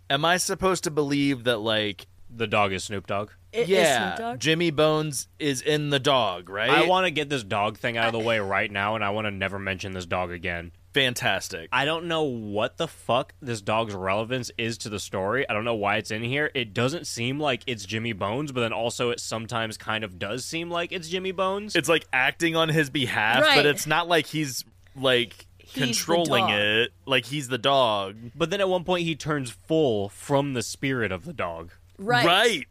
am I supposed to believe that like
The dog is Snoop Dogg.
I- is Snoop
yeah,
Dogg-
Jimmy Bones is in the dog, right?
I want to get this dog thing out of the way right now, and I want to never mention this dog again.
fantastic.
I don't know what the fuck this dog's relevance is to the story. I don't know why it's in here. It doesn't seem like it's Jimmy Bones, but then also it sometimes kind of does seem like it's Jimmy Bones.
It's like acting on his behalf,
Right.
but it's not like he's like
the
controlling
dog.
it. Like he's the dog,
but then at one point he turns full from the spirit of the dog.
Right.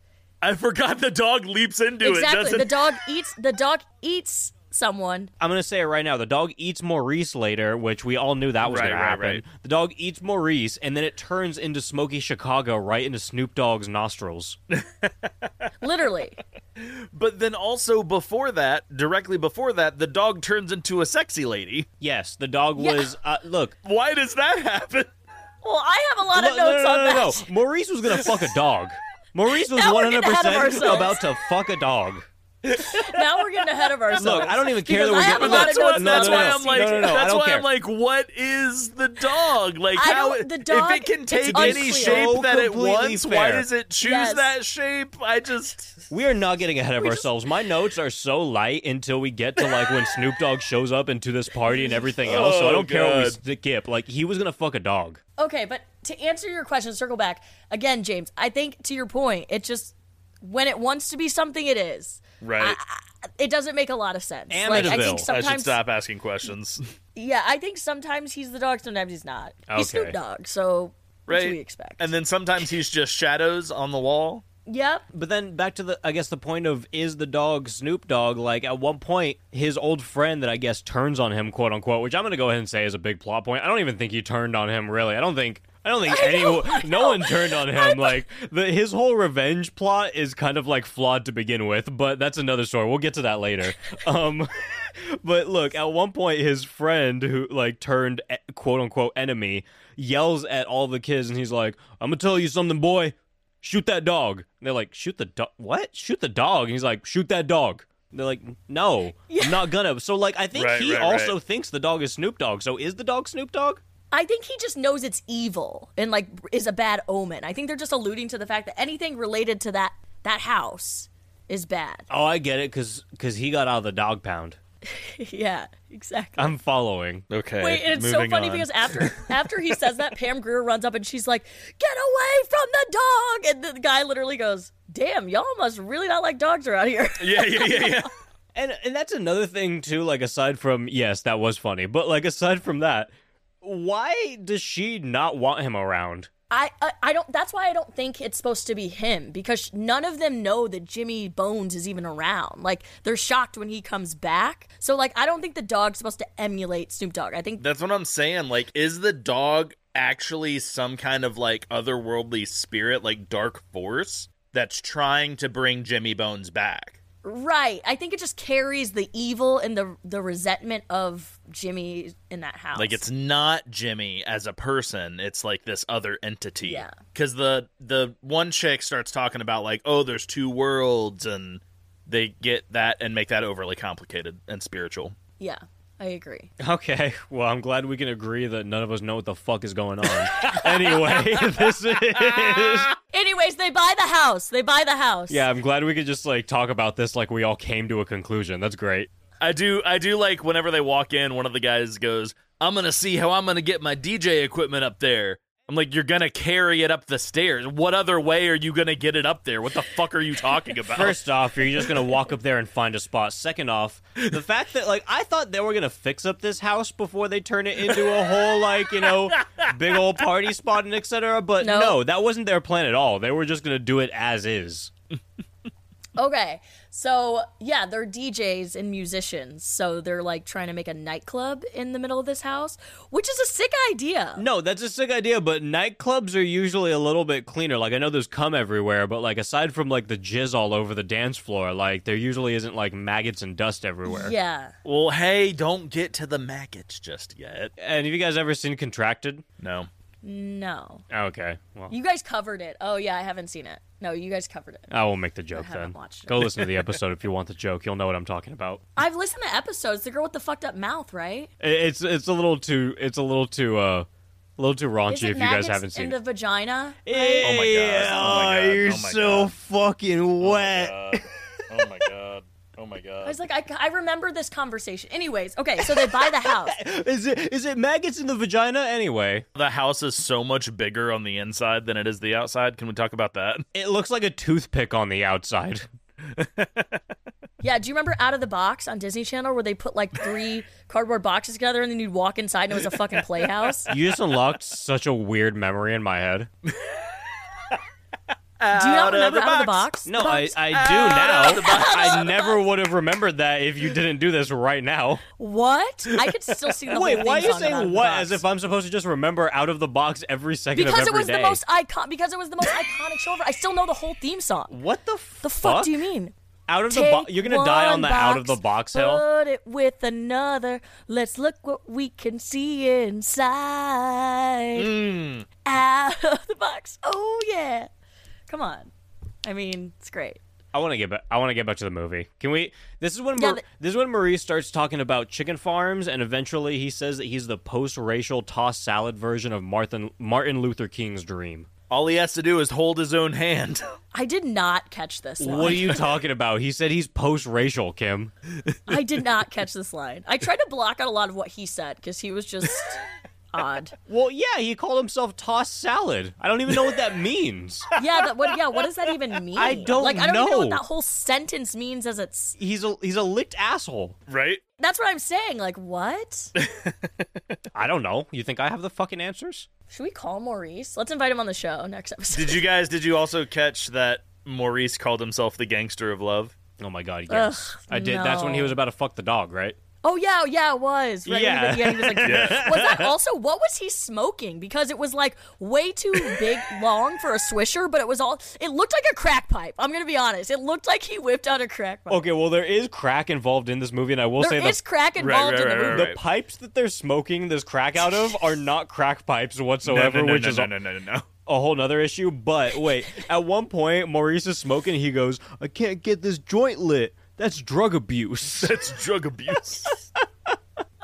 I forgot the dog leaps into it.
Exactly.
doesn't
The dog eats. The dog eats someone.
I'm gonna say it right now. The dog eats Maurice later, which we all knew that was
Right,
gonna
right,
happen.
right.
The dog eats Maurice, and then it turns into Smoky Chicago right into Snoop Dogg's nostrils.
Literally.
But then also before that, directly before that, the dog turns into a sexy lady.
yes, the dog
Yeah.
was. Uh, look,
Why does that happen?
Well, I have a lot
no,
of
no,
notes
no,
on
no,
that.
no, Maurice was gonna fuck a dog. Maurice was
Now we're
100
getting ahead of
percent
ourselves.
about to fuck a dog.
now we're getting ahead of ourselves.
Look, I don't even care
Because
that we're
I have
getting
a lot
that's why,
of
No,
that's
no,
why
no.
I'm like,
No, no, no, I
that's
don't
why
care.
I'm like, what is the dog? Like,
I
how
don't- the dog-
if it can
it's
take any
unclear.
shape that
So
it
completely
wants, why
fair.
does it choose
Yes.
that shape? I just
We are not getting ahead of ourselves. My notes are so light until we get to like when Snoop Dogg shows up into this party and everything else. so I
Oh,
don't care what we
God.
skip. Like he was gonna fuck a dog.
Okay, but to answer your question, circle back again, James. I think to your point, it just when it wants to be something, it is.
right.
It doesn't make a lot of sense. Like I
Amityville. I
think
should
I,
sometimes,
should stop asking questions.
yeah, I think sometimes he's the dog, sometimes he's not. He's
Okay.
Snoop Dogg, so what
Right.
do we expect?
And then sometimes he's just shadows on the wall.
yep,
But then back to the, I guess the point of
Is the dog Snoop Dogg? Like at one point, his old friend that I guess turns on him, quote unquote, which I'm gonna go ahead and say is a big plot point. I don't even think he turned on him really. I don't think. I don't think anyone, no one turned on him. Like the, his whole revenge plot is kind of like flawed to begin with, but that's another story. We'll get to that later. Um, But look, at one point, his friend, who like turned e- quote unquote enemy, yells at all the kids, and he's like, "I'm gonna tell you something, boy. Shoot that dog." And they're like, "Shoot the dog? What? Shoot the dog?" And he's like, "Shoot that dog." And they're like, "No, I'm not gonna." So like, I think
Right,
he
right,
also
right.
thinks the dog is Snoop Dogg. So is the dog Snoop Dogg?
I think he just knows it's evil and like is a bad omen. I think they're just alluding to the fact that anything related to that that house is bad.
Oh, I get it, cause 'cause he got out of the dog pound.
yeah, exactly.
I'm following.
Okay.
Wait, and it's so funny because after after he says that, Pam Greer runs up and she's like, "Get away from the dog!" And the guy literally goes, "Damn, y'all must really not like dogs around here."
yeah, yeah, yeah, yeah.
And and that's another thing too. Like aside from yes, that was funny, but like aside from that, why does she not want him around?
I, I I don't. That's why I don't think it's supposed to be him because none of them know that Jimmy Bones is even around. Like they're shocked when he comes back. So like I don't think the dog's supposed to emulate Snoop Dogg. I think
That's what I'm saying. Like, is the dog actually some kind of like otherworldly spirit, like dark force that's trying to bring Jimmy Bones back?
right. I think it just carries the evil and the the resentment of Jimmy in that house.
Like, it's not Jimmy as a person; it's like this other entity.
Yeah.
Because the the one chick starts talking about like, oh, there's two worlds, and they get that and make that overly complicated and spiritual.
yeah. I agree.
Okay, well I'm glad we can agree that none of us know what the fuck is going on. anyway, this is
Anyways, they buy the house. They buy the house.
yeah. I'm glad we could just like talk about this like we all came to a conclusion. That's great.
I do I do like whenever they walk in, one of the guys goes, I'm gonna see how I'm gonna get my DJ equipment up there. I'm like, you're gonna carry it up the stairs. What other way are you gonna get it up there? What the fuck are you talking about?
First off, you're just gonna walk up there and find a spot. Second off, the fact that like I thought they were gonna fix up this house before they turn it into a whole like you know big old party spot and etc. But
No.
no, that wasn't their plan at all. They were just gonna do it as is.
Okay. So, yeah, they're DJs and musicians. So they're like trying to make a nightclub in the middle of this house, which is a sick idea.
No, that's a sick idea, but nightclubs are usually a little bit cleaner. Like I know there's cum everywhere, but like aside from like the jizz all over the dance floor, like there usually isn't like maggots and dust everywhere.
Yeah.
well, hey, don't get to the maggots just yet.
And have you guys ever seen Contracted?
No.
No.
Okay. Well,
You guys covered it. Oh, yeah, I haven't seen it. No, you guys covered it.
I will make the joke
haven't
then.
watched it.
Oh, Go listen to the episode if you want the joke. You'll know what I'm talking about.
I've listened to episodes. The girl with the fucked up mouth, right?
I- It's it's a little too it's a little too uh a little too raunchy
Is
if
it
you guys
maggots
haven't seen
in the vagina?
it.
Oh my God. Oh my God.
you're
Oh my
so
God.
fucking wet.
Oh my god. Oh my
I
god.
was like, I, I remember this conversation. Anyways, okay, so they buy the house.
Is it is it maggots in the vagina anyway?
The house is so much bigger on the inside than it is the outside. Can we talk about that?
It looks like a toothpick on the outside.
Yeah, do you remember Out of the Box on Disney Channel where they put like three cardboard boxes together and then you'd walk inside and it was a fucking playhouse?
You just unlocked such a weird memory in my head.
do you not remember Out of the Box?
No, I, I do now. I never would have remembered that if you didn't do this right now.
What? I could still see the
Wait,
whole
why are
theme
you
song about Out
saying
of
what
the
as
Box.
if I'm supposed to just remember out of the box every second
because
of
it
every
was
day?
the most icon because it was the most iconic show ever. I still know the whole theme song.
What the,
The fuck, do you mean?
Out of the box.
Take
You're gonna die on
one
the out of the box hill.
Put it with another. Let's look what we can see inside.
Hmm.
Out of the box. Oh yeah. Come on. I mean, it's great.
I want to get back. I want to get back to the movie. Can we? This is when
Yeah,
Mar-
but-
this is when Marie starts talking about chicken farms, and eventually he says that he's the post-racial toss salad version of Martin Martin Luther King's dream.
All he has to do is hold his own hand.
I did not catch this line.
What are you talking about? He said he's post-racial, Kim.
I did not catch this line. I tried to block out a lot of what he said because he was just odd.
Well, yeah, he called himself toss salad. I don't even know what that means.
Yeah, that, what? Yeah, what does that even mean?
I don't
like. I don't even know what
know.
that whole sentence means. As it's
He's a he's a licked asshole.
Right?
that's what I'm saying. Like, what?
I don't know. You think I have the fucking answers?
Should we call Maurice? Let's invite him on the show next episode.
Did you guys did you also catch that Maurice called himself the gangster of love?
Oh my god, yes,
Ugh,
I did. That's when he
no.
was about to fuck the dog, right?
Oh yeah, yeah, it was. Right?
Yeah.
Yeah. he was like, was that also what was he smoking? Because it was like way too big, long for a swisher, but it was all. It looked like a crack pipe. I'm gonna be honest. It looked like he whipped out a crack pipe.
Okay, well there is crack involved in this movie, and I will
There
say
is
the
crack involved in
right,
the
right,
movie.
The
Right.
pipes that they're smoking this crack out of are not crack pipes whatsoever, which is a,
no, no, no.
a whole nother issue. But wait, at one point, Maurice is smoking. He goes, I can't get this joint lit. That's drug abuse.
That's drug abuse.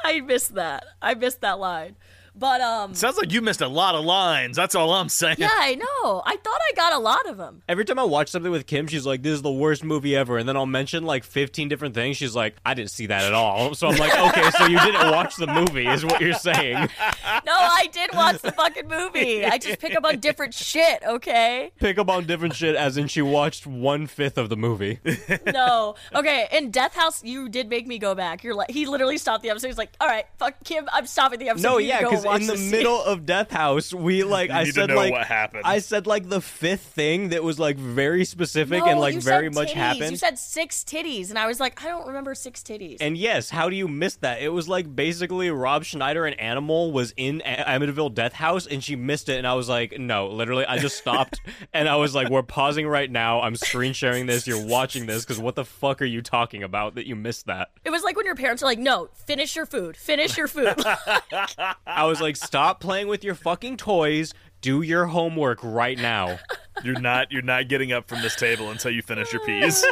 I missed that. I missed that line. But um,
Sounds like you missed a lot of lines. That's all I'm saying.
yeah, I know. I thought I got a lot of them.
Every time I watch something with Kim, she's like, This is the worst movie ever. And then I'll mention like 15 different things. She's like, I didn't see that at all. So I'm like, Okay, so you didn't watch the movie, is what you're saying.
No, I did watch the fucking movie. I just pick up on different shit. Okay.
Pick up on different shit, as in she watched one fifth of the movie.
No. Okay. In Death House, you did make me go back. You're like, he literally stopped the episode. He's like, all right, fuck Kim, I'm stopping the episode.
No,
You
yeah,
go
because
watch
in the
this scene."
middle of Death House, we like I
need to
said
know
like
what happened.
I said like the fifth thing that was like very specific
No,
and like
you
very
said
much
titties.
happened.
You said six titties, and I was like, I don't remember six titties.
and yes, how do you miss that? It was like basically Rob Schneider and Animal was in A- Amityville Death House and she missed it, and I was like, no, literally, I just stopped and I was like, we're pausing right now. I'm screen sharing this. You're watching this because what the fuck are you talking about that you missed that?
it was like when your parents are like, no, finish your food, finish your food.
I was like, stop playing with your fucking toys. Do your homework right now.
You're not you're not getting up from this table until you finish your peas.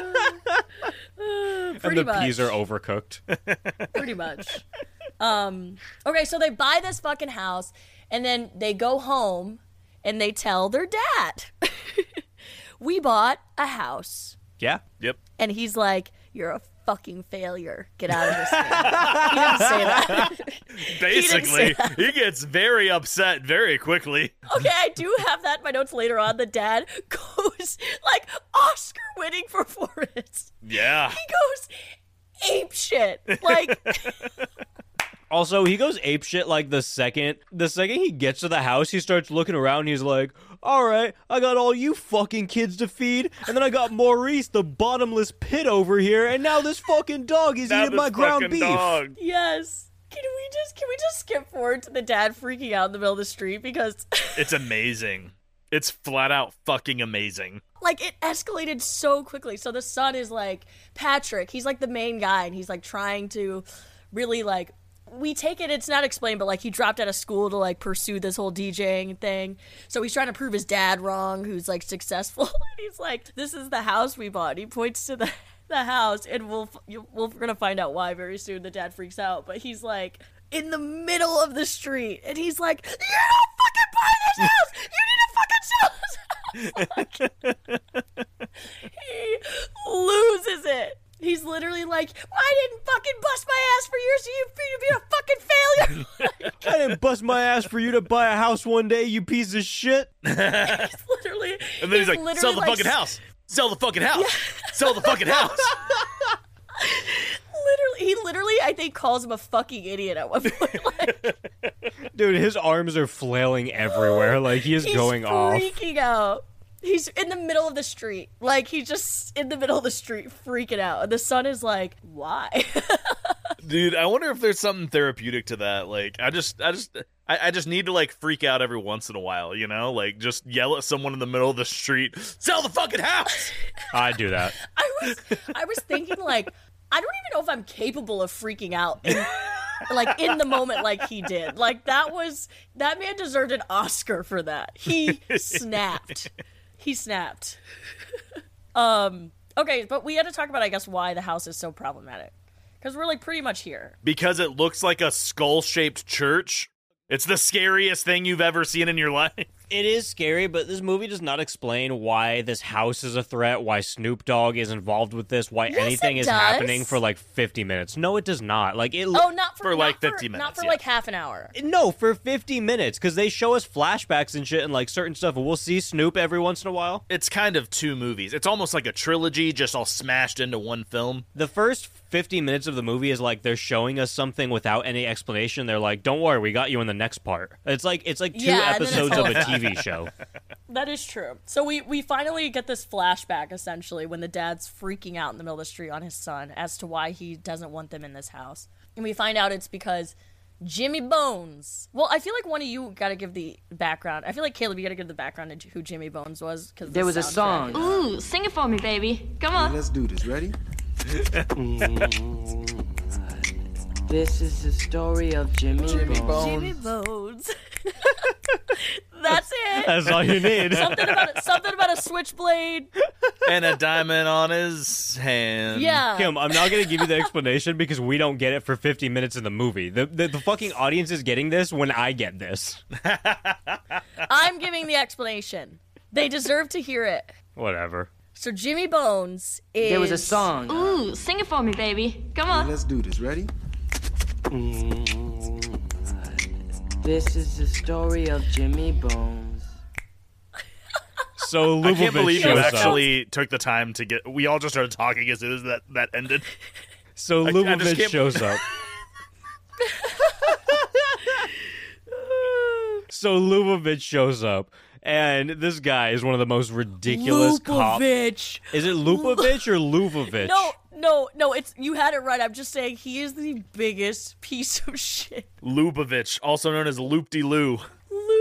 Pretty
and the
much.
peas are overcooked.
pretty much. Um, okay, so they buy this fucking house, and then they go home and they tell their dad, "We bought a house,"
Yeah.
Yep.
and he's like, "You're a fucking failure. Get out of this." thing." he didn't say that.
Basically, he, gets very upset very quickly.
okay, I do have that in my notes later on. The dad goes like Oscar-winning performance.
Yeah.
He goes ape shit. Like
Also, he goes ape shit like the second the second he gets to the house, he starts looking around and he's like, "Alright, I got all you fucking kids to feed, and then I got Maurice, the bottomless pit over here, and now this fucking dog is
Now
eating
this
my ground
fucking
beef."
dog.
Yes. Can we just can we just skip forward to the dad freaking out in the middle of the street because
It's amazing. It's flat out fucking amazing.
like it escalated so quickly. So the son is like Patrick, he's like the main guy and he's like trying to really like we take it it's not explained but like he dropped out of school to like pursue this whole DJing thing. So he's trying to prove his dad wrong who's like successful. and he's like this is the house we bought. He points to the the house and we'll f- you- we'll we're going to find out why very soon. The dad freaks out, but he's like in the middle of the street and he's like you don't fucking buy this house. You need to fucking sell this house he loses it. He's literally like, I didn't fucking bust my ass for years, so you be a fucking failure.
I didn't bust my ass for you to buy a house one day, you piece of shit.
It's literally,
And then he's, like, "Sell the fucking house! Sell the fucking house! Sell the fucking house!"
Literally, he literally, I think, calls him a fucking idiot at one point. Like,
Dude, his arms are flailing everywhere like he is
he's
going off.
freaking out. He's in the middle of the street, like he's just in the middle of the street, freaking out. And the son is like, "Why?"
Dude, I wonder if there's something therapeutic to that. Like, I just, I just, I, I just need to like freak out every once in a while, you know? Like, just yell at someone in the middle of the street, "Sell the fucking house!"
I do that.
I was I was thinking like I don't even know if I'm capable of freaking out in, like in the moment like he did. Like that was that man deserved an Oscar for that. He snapped. He snapped. Um okay, but we had to talk about, I guess, why the house is so problematic. Because we're like pretty much here.
because it looks like a skull shaped church. It's the scariest thing you've ever seen in your life.
It is scary, but this movie does not explain why this house is a threat, why Snoop Dogg is involved with this, why
Yes,
anything
it
is
does.
happening for like 50 minutes. No, it does not. Like it
Oh, not for,
For,
not
like, 50
not
minutes,
for
yeah.
like half an hour.
No, for 50 minutes cuz they show us flashbacks and shit and like certain stuff and we'll see Snoop every once in a while.
It's kind of two movies. It's almost like a trilogy, just all smashed into one film.
The first 50 minutes of the movie is like they're showing us something without any explanation. They're like, "Don't worry, we got you in the next part." It's like it's like two
Yeah, and then it's
episodes of a
over.
TV show.
That is true. So we we finally get this flashback essentially when the dad's freaking out in the middle of the street on his son as to why he doesn't want them in this house. And we find out it's because Jimmy Bones. Well, I feel like one of you got to give the background. I feel like Caleb, you got to give the background to who Jimmy Bones was because
There was a song.
Ooh, sing it for me, baby. Come on.
Let's do this. Ready?
This is the story of Jimmy,
Jimmy
Bones.
Jimmy
Bones.
Bones. That's it.
That's all you need.
Something about, something about a switchblade.
and a diamond on his hand.
Yeah.
Kim, I'm not going to give you the explanation because we don't get it for 50 minutes in the movie. The, the the fucking audience is getting this when I get this.
I'm giving the explanation. They deserve to hear it.
Whatever.
So Jimmy Bones is
There was a song.
Ooh, sing it for me, baby. Come on.
Let's do this. Ready?
This is the story of Jimmy Bones.
So
I can't
Lubavitch
believe you
shows up.
actually took the time to get. We all just started talking as soon as that, that ended.
So
I just
Lubavitch
can't-
shows up. so Lubavitch shows up, and this guy is one of the most ridiculous cop.
Lubavitch.
Is it Lubavitch or Lubavitch?
No, no, no. It's you had it right. I'm just saying he is the biggest piece of shit.
Lubavitch, also known as Loop De Lou.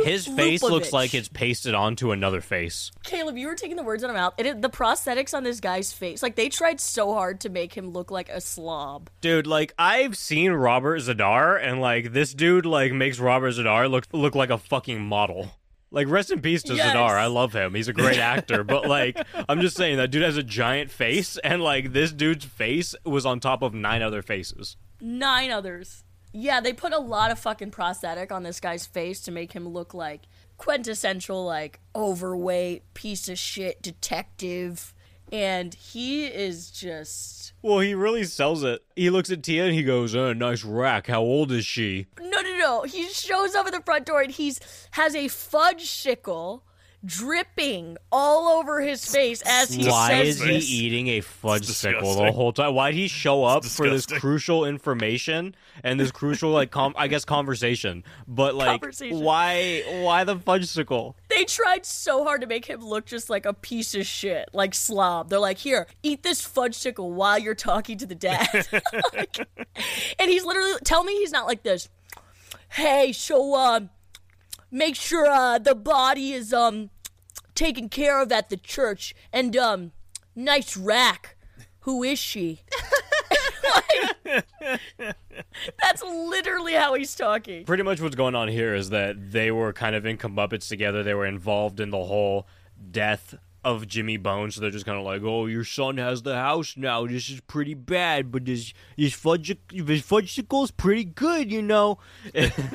His face looks
Lubavitch.
like it's pasted onto another face.
Caleb, you were taking the words out of my mouth. It is, the prosthetics on this guy's face, like they tried so hard to make him look like a slob.
Dude, like I've seen Robert Zadar, and like this dude like makes Robert Zadar look look like a fucking model. Like rest in peace to
Yes.
Zadar. I love him. He's a great actor, but like I'm just saying that dude has a giant face, and like this dude's face was on top of nine other faces.
Nine others. Yeah, they put a lot of fucking prosthetic on this guy's face to make him look like quintessential, like overweight piece of shit detective, and he is just
Well, he really sells it. He looks at Tia and he goes, "Uh, nice rack. How old is she?"
No, no, no. He shows up at the front door and he's has a fudge sickle dripping all over his face as he
Why
says
is he
this.
eating a fudge sickle the
disgusting.
whole time? Why did he show up for this
disgusting.
crucial information and this crucial like com- I guess conversation? But like
Conversation.
why why the fudge sickle?
They tried so hard to make him look just like a piece of shit, like slob. They're like, "Here, eat this fudge sickle while you're talking to the dad." Like- and he's literally tell me he's not like this. Hey, so um make sure uh the body is um taken care of at the church and um nice rack. Who is she? Like, that's literally how he's talking.
Pretty much what's going on here is that they were kind of in comeuppance together. They were involved in the whole death of Jimmy Bones, so they're just kind of like, "Oh, your son has the house now. This is pretty bad, but this this fudge this fudgesicle's pretty good, you know."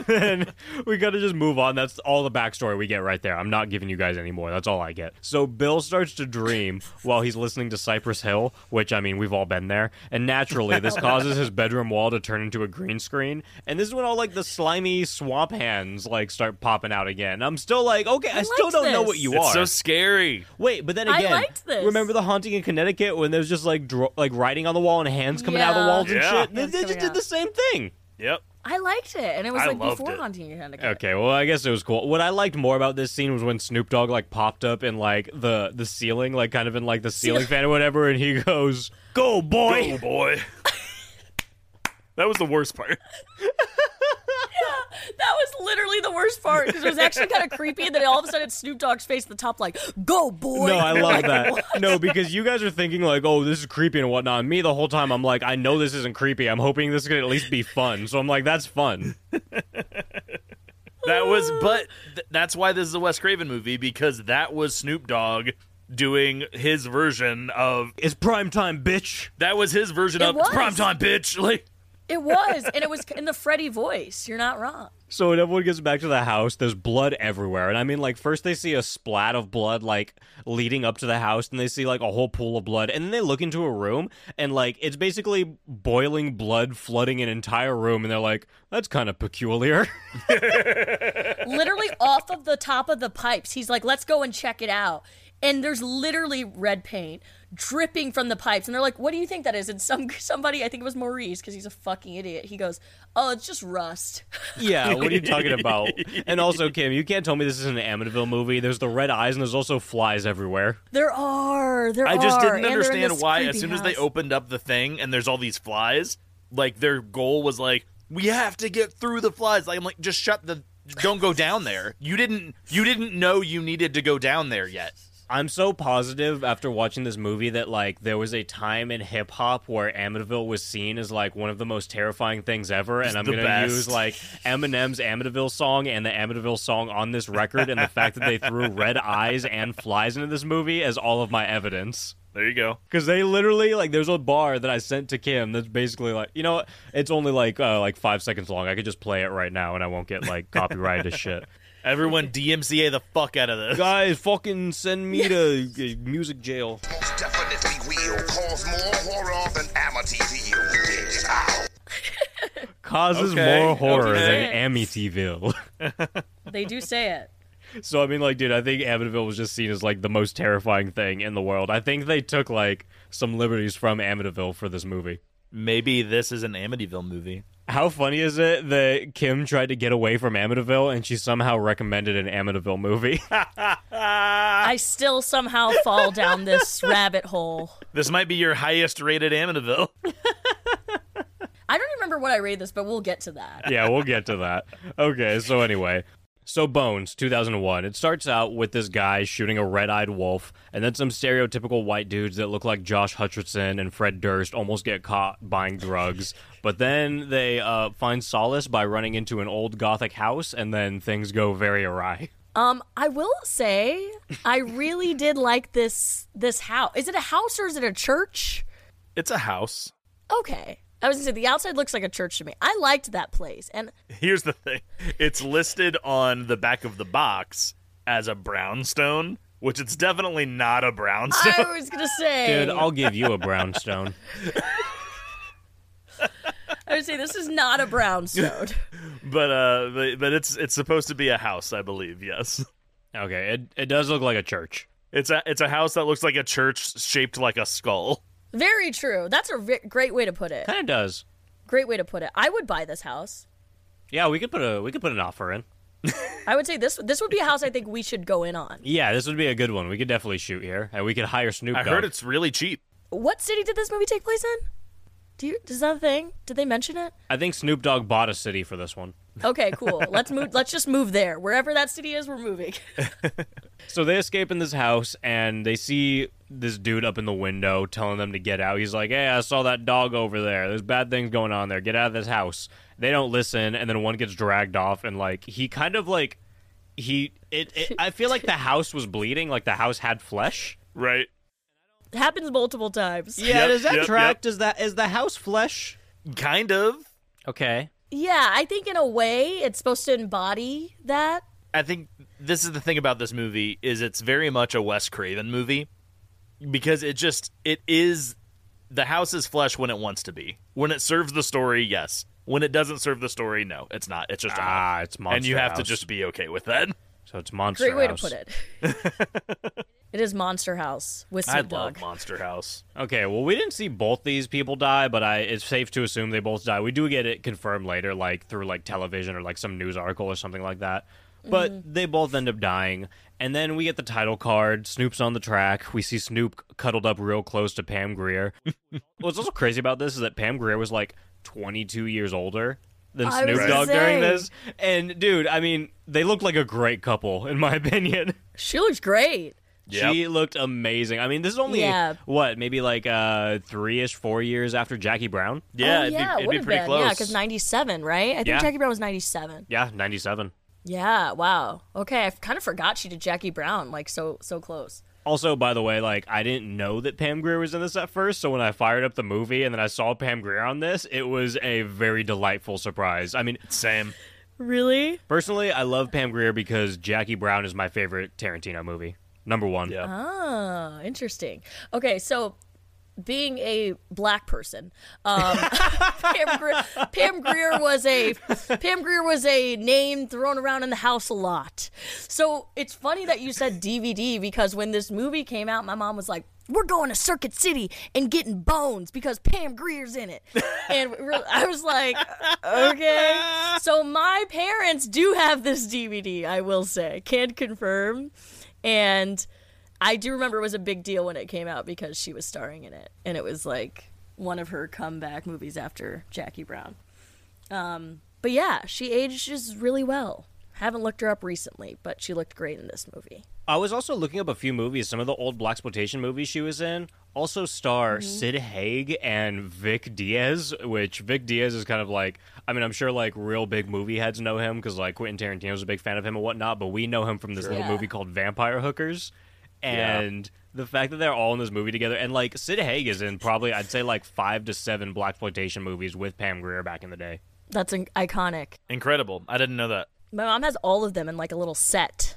and we got to just move on. Oh, That's all the backstory we get right there. I'm not giving you guys any more. That's all I get. So Bill starts to dream while he's listening to Cypress Hill, which I mean, we've all been there. And naturally, this causes his bedroom wall to turn into a green screen. And this is when all like the slimy swamp hands like start popping out again. I'm still like, okay, I, still
liked
don't know
this.
what you
it's
are.
so scary.
Wait, but then
I
again,
liked this.
remember the haunting in Connecticut when there's just like dro- like writing on the wall and hands coming out of the
Yeah.
walls and
Yeah.
shit? They,
Hands
they just
coming
did
out.
the same thing.
Yep.
I liked it, and it was
I
like
loved
before
it.
Haunting Connecticut.
Okay, well, I guess it was cool. What I liked more about this scene was when Snoop Dogg like popped up in like the the ceiling, like kind of in like the ceiling fan or whatever, and he goes, "Go, boy!"
Oh boy. that was the worst part.
That was literally the worst part because it was actually kind of creepy. And then all of a sudden, it's Snoop Dogg's face at the top, like, go, boy.
No, I love that. no, because you guys are thinking like, "Oh, this is creepy" and whatnot. And me, the whole time, I'm like, "I know this isn't creepy. I'm hoping this could at least be fun." So I'm like, "That's fun."
That was, but th- that's why this is a Wes Craven movie because that was Snoop Dogg doing his version of
It's prime time, bitch.
that was his version
It
of
was.
prime time, bitch. Like
It was, and it was in the Freddy voice. You're not wrong.
So when everyone gets back to the house, there's blood everywhere. And I mean, like, first they see a splat of blood, like, leading up to the house, and they see, like, a whole pool of blood. And then they look into a room, and, like, it's basically boiling blood flooding an entire room. And they're like, that's kind of peculiar.
Literally off of the top of the pipes. He's like, "Let's go and check it out." And there's literally red paint dripping from the pipes. And they're like, "What do you think that is?" And some somebody, I think it was Maurice, because he's a fucking idiot. He goes, "Oh, it's just rust."
yeah, what are you talking about? And also, Kim, you can't tell me this is an Amityville movie. There's the red eyes, and there's also flies everywhere.
There are. There
I just
are,
didn't
and they're in
understand
this
why
creepy
as soon as they
house.
opened up the thing and there's all these flies, like their goal was like we have to get through the flies. Like I'm like just shut the don't go down there. You didn't you didn't know you needed to go down there yet.
I'm so positive after watching this movie that like there was a time in hip hop where Amityville was seen as like one of the most terrifying things ever, and I'm
the
gonna
best.
use like Eminem's Amityville song and the Amityville song on this record, and the fact that they threw red eyes and flies into this movie as all of my evidence.
There you go.
Because they literally like, there's a bar that I sent to Kim that's basically like, you know, what? it's only like uh, like five seconds long. I could just play it right now, and I won't get like copyrighted shit.
Everyone DMCA the fuck out of this.
Guys, fucking send me to uh, music jail.
Most definitely will cause more horror than Amityville did. Ow.
causes
Okay,
more horror
okay.
than Amityville.
They do say it.
so I mean, like, dude, I think Amityville was just seen as like the most terrifying thing in the world. I think they took like some liberties from Amityville for this movie.
Maybe this is an Amityville movie.
How funny is it that Kim tried to get away from Amityville and she somehow recommended an Amityville movie?
I still somehow fall down this rabbit hole.
This might be your highest rated Amityville.
I don't remember what I read this, but we'll get to that.
yeah, we'll get to that. Okay, so anyway. So Bones, 2001. It starts out with this guy shooting a red-eyed wolf, and then some stereotypical white dudes that look like Josh Hutcherson and Fred Durst almost get caught buying drugs. but then they uh, find solace by running into an old Gothic house, and then things go very awry.
Um, I will say I really did like this this house. Is it a house or is it a church?
It's a house.
Okay. I was gonna say the outside looks like a church to me. I liked that place. And
Here's the thing it's listed on the back of the box as a brownstone, which it's definitely not a brownstone.
I was gonna say
Dude, I'll give you a brownstone.
I would say this is not a brownstone.
But uh but, but it's it's supposed to be a house, I believe. Yes.
okay, it, it does look like a church.
It's a it's a house that looks like a church shaped like a skull.
Very true. That's a ve- great way to put it.
Kind of does.
Great way to put it. I would buy this house.
Yeah, we could put a we could put an offer in.
I would say this this would be a house I think we should go in on.
Yeah, this would be a good one. We could definitely shoot here, and we could hire Snoop
I
Dogg.
heard it's really cheap.
What city did this movie take place in? Do you, is that a thing? Did they mention it?
I think Snoop Dogg bought a city for this one.
Okay, cool. Let's move. Let's just move there. Wherever that city is, we're moving.
So they escape in this house and they see this dude up in the window telling them to get out. He's like, Hey, I saw that dog over there. There's bad things going on there. Get out of this house. They don't listen, and then one gets dragged off and like he kind of like he it, it I feel like the house was bleeding, like the house had flesh.
Right.
happens multiple times. Yeah.
Yep, does that yep, track? yep.
Does that is the house flesh?
Kind of.
Okay.
I think in a way it's supposed to embody that.
I think this is the thing about this movie is it's very much a Wes Craven movie because it just it is the house is flesh when it wants to be. When it serves the story, yes. When it doesn't serve the story, no. It's not. It's just a house.
Ah, it's monster.
and you have to
House.
just be okay with that.
so it's monster.
Great way to
House.
put it. it is Monster House with
I
Snoop Dogg.
love Monster House.
Okay, well, we didn't see both these people die, but I it's safe to assume they both die. We do get it confirmed later, like through like television or like some news article or something like that. But
Mm-hmm.
they both end up dying, and then we get the title card. Snoop's on the track. We see Snoop cuddled up real close to Pam Greer. What's also crazy about this is that Pam Greer was like 22 years older than
I was
Snoop
gonna
Dogg during
say.
this. And dude, I mean, they look like a great couple in my opinion.
She looks great.
She looked amazing. I mean, this is only
Yeah.
what, maybe like uh three ish, four years after Jackie Brown.
oh,
Yeah, it'd
yeah,
be,
it
it'd
would
be
have
pretty
been.
close.
Yeah, because '97, right? I think
Yeah.
Jackie Brown was '97.
Yeah, ninety seven.
Yeah. Wow. Okay, I kind of forgot she did Jackie Brown. Like so, so close.
Also, by the way, like I didn't know that Pam Grier was in this at first, so when I fired up the movie and then I saw Pam Grier on this, it was a very delightful surprise. I mean,
Same.
Really?
personally, I love Pam Grier because Jackie Brown is my favorite Tarantino movie. Number one.
Yeah.
Ah, interesting. Okay, so being a black person, um, Pam, Grier, Pam Grier was a Pam Grier was a name thrown around in the house a lot. So it's funny that you said DVD because when this movie came out, my mom was like. We're going to Circuit City and getting bones because Pam Greer's in it. And we were- I was like, okay. So my parents do have this DVD, I will say. Can confirm. And I do remember it was a big deal when it came out because she was starring in it, and it was like one of her comeback movies after Jackie Brown. Um, but yeah, she ages really well. Haven't looked her up recently, but she looked great in this movie.
I was also looking up a few movies. Some of the old black exploitation movies she was in also star Sid Haig and Vic Diaz, which Vic Diaz is kind of like. I mean, I'm sure like real big movie heads know him because like Quentin Tarantino's a big fan of him and whatnot. But we know him from this little
Yeah.
movie called Vampire Hookers, and the fact that they're all in this movie together and like Sid Haig is in probably I'd say like five to seven black exploitation movies with Pam Grier back in the day.
That's an- iconic.
Incredible. I didn't know that.
My mom has all of them in like a little set.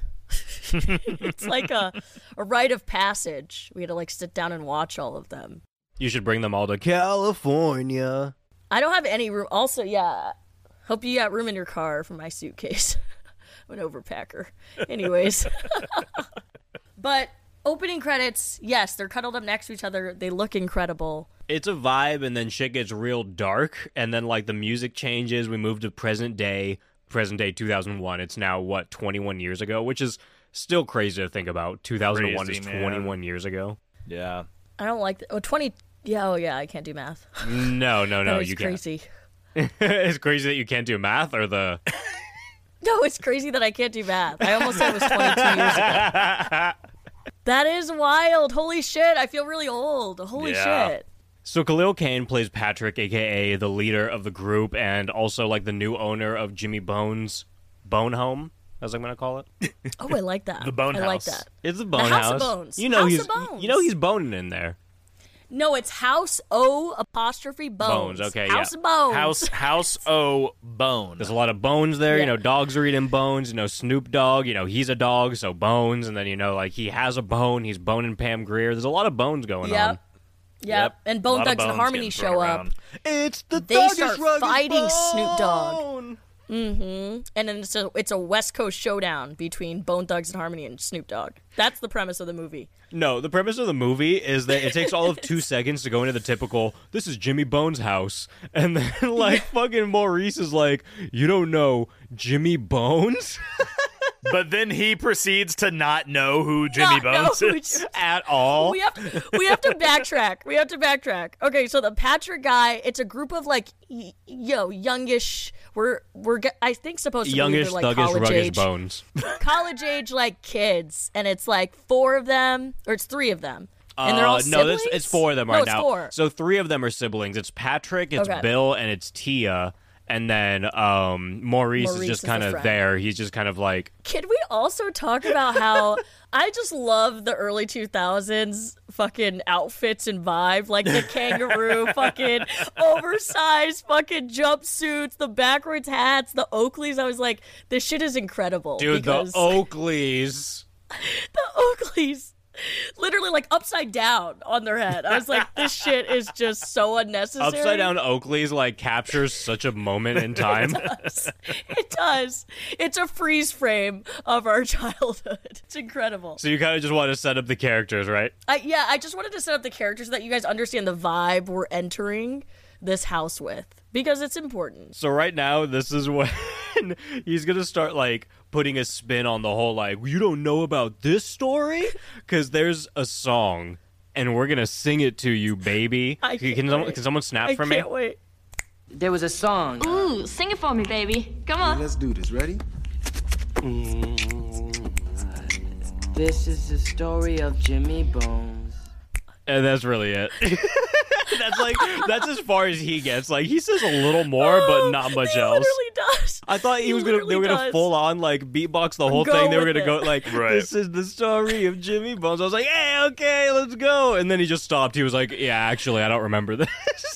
it's like a, a rite of passage. We had to like sit down and watch all of them.
You should bring them all to California.
I don't have any room. Also, yeah. Hope you got room in your car for my suitcase. I'm an overpacker. Anyways. but opening credits, yes, they're cuddled up next to each other. They look incredible.
it's a vibe and then shit gets real dark and then like the music changes we move to present day present day 2001 it's now what 21 years ago which is still crazy to think about 2001
Crazy,
is
man.
21 years ago
Yeah.
I don't like th- Oh, 20. Yeah, oh, yeah, I can't do math.
no no no
That is
you
crazy.
can't it's crazy that you can't do math or the
No, it's crazy that I can't do math. I almost said it was 22 years ago. That is wild. Holy shit. I feel really old. Holy
Yeah.
shit.
so Khalil Kane plays Patrick aka the leader of the group and also like the new owner of Jimmy Bones Bone Home as I'm going to call it
Oh, I like that.
The Bone
I like
House.
that.
it's the Bone
House of Bones.
you know
House
he's
of Bones.
you know he's boning in there
No, it's House O apostrophe bones.
Bones, okay,
House
yeah.
of bones.
House House O Bone.
There's a lot of bones there.
Yeah.
You know, dogs are eating bones. You know, Snoop Dogg, you know, he's a dog, so bones. And then, you know, like he has a bone. He's boning Pam Greer. There's a lot of bones going
Yep.
on.
Yep. And
A
Bone
lot of
Thugs and
bones
Harmony
getting
show
thrown
up,
around.
It's the
They thuggish, start ruggish fighting Snoop Dogg. and then it's a, it's a West Coast showdown between Bone Thugs and Harmony and Snoop Dogg. That's the premise of the movie.
No, the premise of the movie is that it takes all of two seconds to go into the typical, this is Jimmy Bones' house. And then, like, fucking Maurice is like, you don't know Jimmy Bones?
But then he proceeds to not know who Jimmy
Not know
Bones
who Ah,
is.
Jimmy-
At all.
We have we have to backtrack. We have to backtrack. Okay, so the Patrick guy, it's a group of like y- yo youngish. We're we're ge- I think supposed to
Youngish,
be like
thuggish,
college
ruggish
age.
bones.
college age like kids, and it's like four of them, or it's three of them, and they're all
Uh, no, this,
siblings?
it's four of them
No,
right
it's
now.
Four.
So three of them are siblings. It's Patrick, it's
Okay.
Bill, and it's Tia. And then um, Maurice, is
Maurice
just
is a
kind of
friend.
there. He's just kind of like,
Can we also talk about how I just love the early 2000s fucking outfits and vibe, like the kangaroo fucking oversized fucking jumpsuits, the backwards hats, the Oakleys. I was like, this shit is incredible.
dude,
because
the Oakleys.
the Oakleys literally like upside down on their head. I was like, this shit is just so unnecessary.
Upside down Oakleys like captures such a moment in time.
It does. It's a freeze frame of our childhood. It's incredible.
so you kind of just want to set up the characters, right?
I, yeah, I just wanted to set up the characters so that you guys understand the vibe we're entering this house with because it's important.
So right now, this is when he's gonna start like putting a spin on the whole like you don't know about this story because there's a song and we're gonna sing it to you, baby.
I
can,
can't
can someone,
wait.
can someone snap
I
for
can't
me?
wait.
There was a song.
Ooh, sing it for me, baby. Come on.
Let's do this. Ready?
This is the story of Jimmy Bones.
And Uh, that's really it. that's like that's as far as he gets. Like he says a little more, but not much
He
else.
Oh, literally does.
I thought he, was gonna they
literally
were gonna
does.
full on like beatbox the whole
Go
thing. They were
with
gonna go
it.
like
Right.
this is the story of Jimmy Bones. I was like, hey, okay, let's go. And then he just stopped. He was like, yeah, actually, I don't remember this.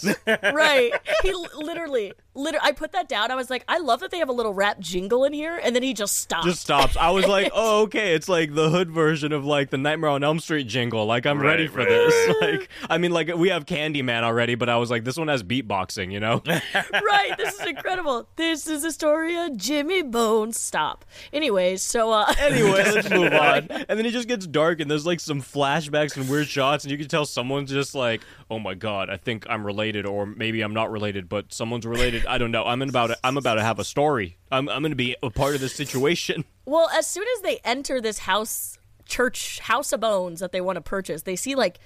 right. He li- literally, literally, I put that down. I was like, I love that they have a little rap jingle in here, and then he just stopped.
just stops. I was like, oh, okay, it's like the hood version of like the Nightmare on Elm Street jingle. Like I'm
Right,
ready for
right,
this. Like I mean, like we have Candyman already, but I was like, this one has beatboxing. You know?
right. This is incredible. This is the story of Jimmy Bones. Stop. Anyways, so uh,
anyway, let's move on. And then it just gets dark, and there's like some flashbacks and weird shots, and you can tell someone's just like, "Oh my god, I think I'm related, or maybe I'm not related, but someone's related. I don't know. I'm in about. I'm about to have a story. I'm. I'm going to be a part of this situation."
well, as soon as they enter this house, church house of bones that they want to purchase, they see like.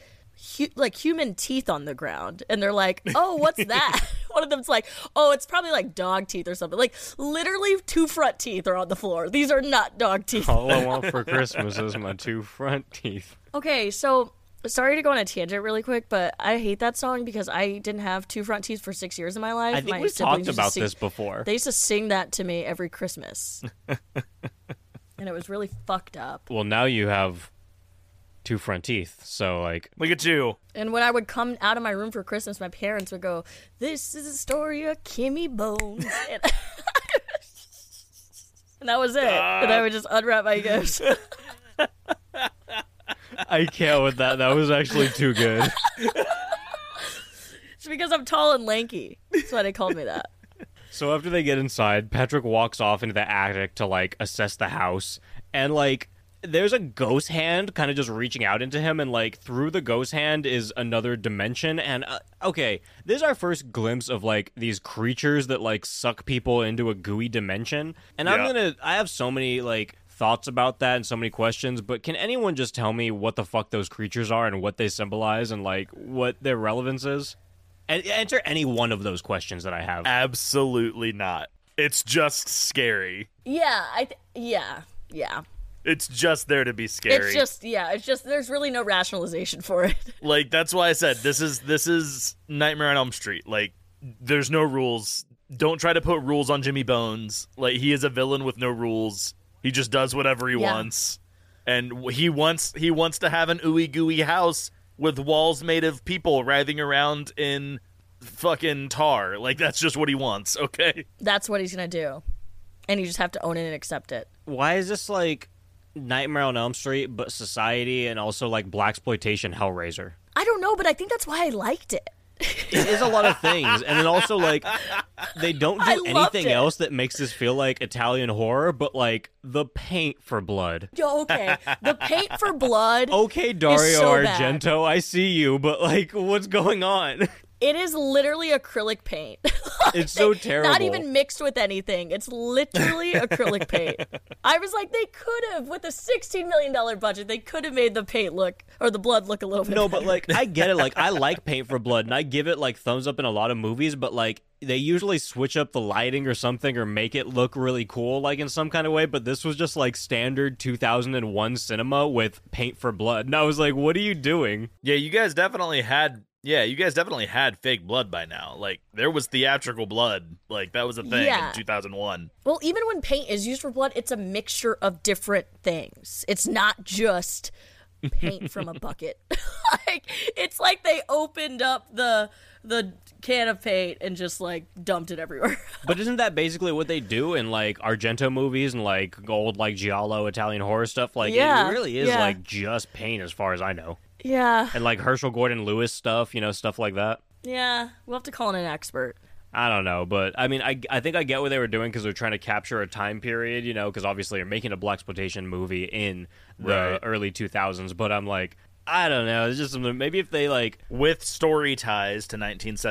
Hu- like human teeth on the ground, and they're like, "Oh, what's that?" One of them's like, "Oh, it's probably like dog teeth or something." Like, literally, two front teeth are on the floor. These are not dog teeth.
All I want for Christmas is my two front teeth.
Okay, so sorry to go on a tangent really quick, but I hate that song because I didn't have two front teeth for six years of my life.
I think
my
we
siblings
talked
used to
about
sing-
this before.
They used to sing that to me every Christmas, and it was really fucked up.
well, now you have two front teeth, so like
Look at you.
And when I would come out of my room for Christmas, my parents would go, "This is a story of Kimmy Bones," and, and that was it. And I would just unwrap my gifts.
I can't with that. That was actually too good.
it's because I'm tall and lanky. That's why they called me that.
So after they get inside, Patrick walks off into the attic to like assess the house and like there's a ghost hand kind of just reaching out into him and like through the ghost hand is another dimension and uh, okay, this is our first glimpse of like these creatures that like suck people into a gooey dimension. And I'm
Yeah.
going to I have so many like thoughts about that and so many questions, but can anyone just tell me what the fuck those creatures are and what they symbolize and like what their relevance is? And answer any one of those questions that I have.
Absolutely not. It's just scary.
Yeah, I th- yeah yeah.
It's just there to be scary.
It's just yeah, it's just there's really no rationalization for it.
like that's why I said this is this is Nightmare on Elm Street. Like there's no rules. Don't try to put rules on Jimmy Bones. Like he is a villain with no rules. He just does whatever he
Yeah.
wants. And w- he wants he wants to have an ooey gooey house with walls made of people writhing around in fucking tar. Like that's just what he wants, okay?
That's what he's gonna do, and you just have to own it and accept it.
why is this like Nightmare on Elm Street, but society and also like black exploitation Hellraiser?
I don't know, but I think that's why I liked it.
It is a lot of things, and then also like they don't
I
do
loved
anything
it.
else that makes this feel like Italian horror, but like the paint for blood.
Yo, Okay, the paint for blood.
Okay, Dario
so bad.
Argento, I see you, but like, what's going on?
It is literally acrylic paint.
It's so terrible.
Not even mixed with anything. It's literally acrylic paint. I was like, they could have, with a $16 million budget, they could have made the paint look, or the blood look a little bit
No,
better.
but like I get it. Like I like Paint for Blood, and I give it like thumbs up in a lot of movies. But like they usually switch up the lighting or something, or make it look really cool, like in some kind of way. But this was just like standard 2001 cinema with Paint for Blood, and I was like, "What are you doing?"
Yeah, you guys definitely had yeah, you guys definitely had fake blood by now. Like there was theatrical blood. Like that was a thing
Yeah.
in 2001.
Well, even when paint is used for blood, it's a mixture of different things. It's not just paint from a bucket. like it's like they opened up the the can of paint and just like dumped it everywhere.
But isn't that basically what they do in like Argento movies and like old like Giallo Italian horror stuff? Like
Yeah,
it really is
yeah.
like just paint, as far as I know,
yeah.
and like Herschel Gordon Lewis stuff, you know, stuff like that.
Yeah. We'll have to call in an expert.
I don't know, but I mean, I, I think I get what they were doing because they're trying to capture a time period, you know, because obviously you're making a black exploitation movie in the
Right.
early 2000s. But I'm like, I don't know. It's just something. Maybe if they like,
with story ties to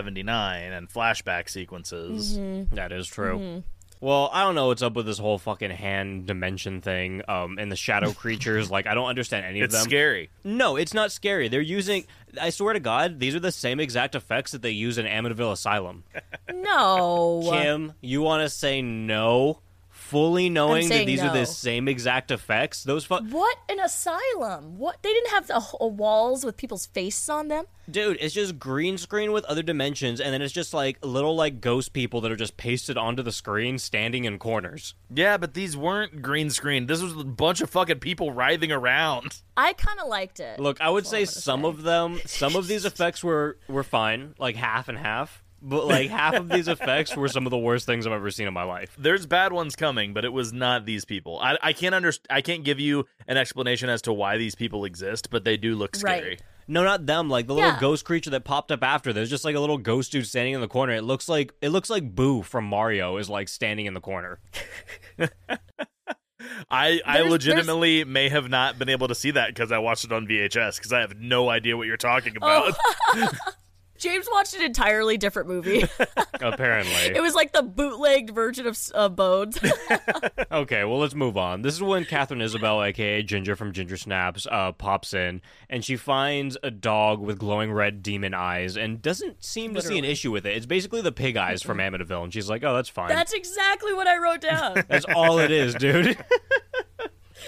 1979 and flashback sequences.
Mm-hmm.
that is true. Well, I don't know what's up with this whole fucking hand dimension thing, um, and the shadow creatures. like, I don't understand any
It's
of them.
scary.
No, it's not scary. They're using. I swear to God, these are the same exact effects that they use in Amityville Asylum.
No.
Kim, you want to say no? fully knowing that
saying
these are
no.
the same exact effects. Those fu-
What an asylum! What they didn't have the h- walls with people's faces on them.
Dude, it's just green screen with other dimensions, and then it's just like little like ghost people that are just pasted onto the screen, standing in corners.
Yeah, but these weren't green screen. This was a bunch of fucking people writhing around.
I kind of liked it.
Look, I would say
I'm gonna
some of them, some of these effects were were fine, like half and half. But like half of these effects were some of the worst things I've ever seen in my life.
There's bad ones coming, but it was not these people. I, I can't underst- I can't give you an explanation as to why these people exist, but they do look scary.
Right.
No, not them. Like the little
Yeah.
ghost creature that popped up after. There's just like a little ghost dude standing in the corner. It looks like it looks like Boo from Mario is like standing in the corner.
I, I
There's-
legitimately may have not been able to see that because I watched it on VHS because I have no idea what you're talking
Oh.
about.
James watched an entirely different movie.
Apparently.
it was like the bootlegged version of S- uh, Bones.
Okay, well, let's move on. This is when Catherine Isabel, aka Ginger from Ginger Snaps, uh, pops in and she finds a dog with glowing red demon eyes and doesn't seem to see an issue with it. It's basically the pig eyes from Amityville, and she's like, oh, that's fine.
That's exactly what I wrote down.
That's all it is, dude.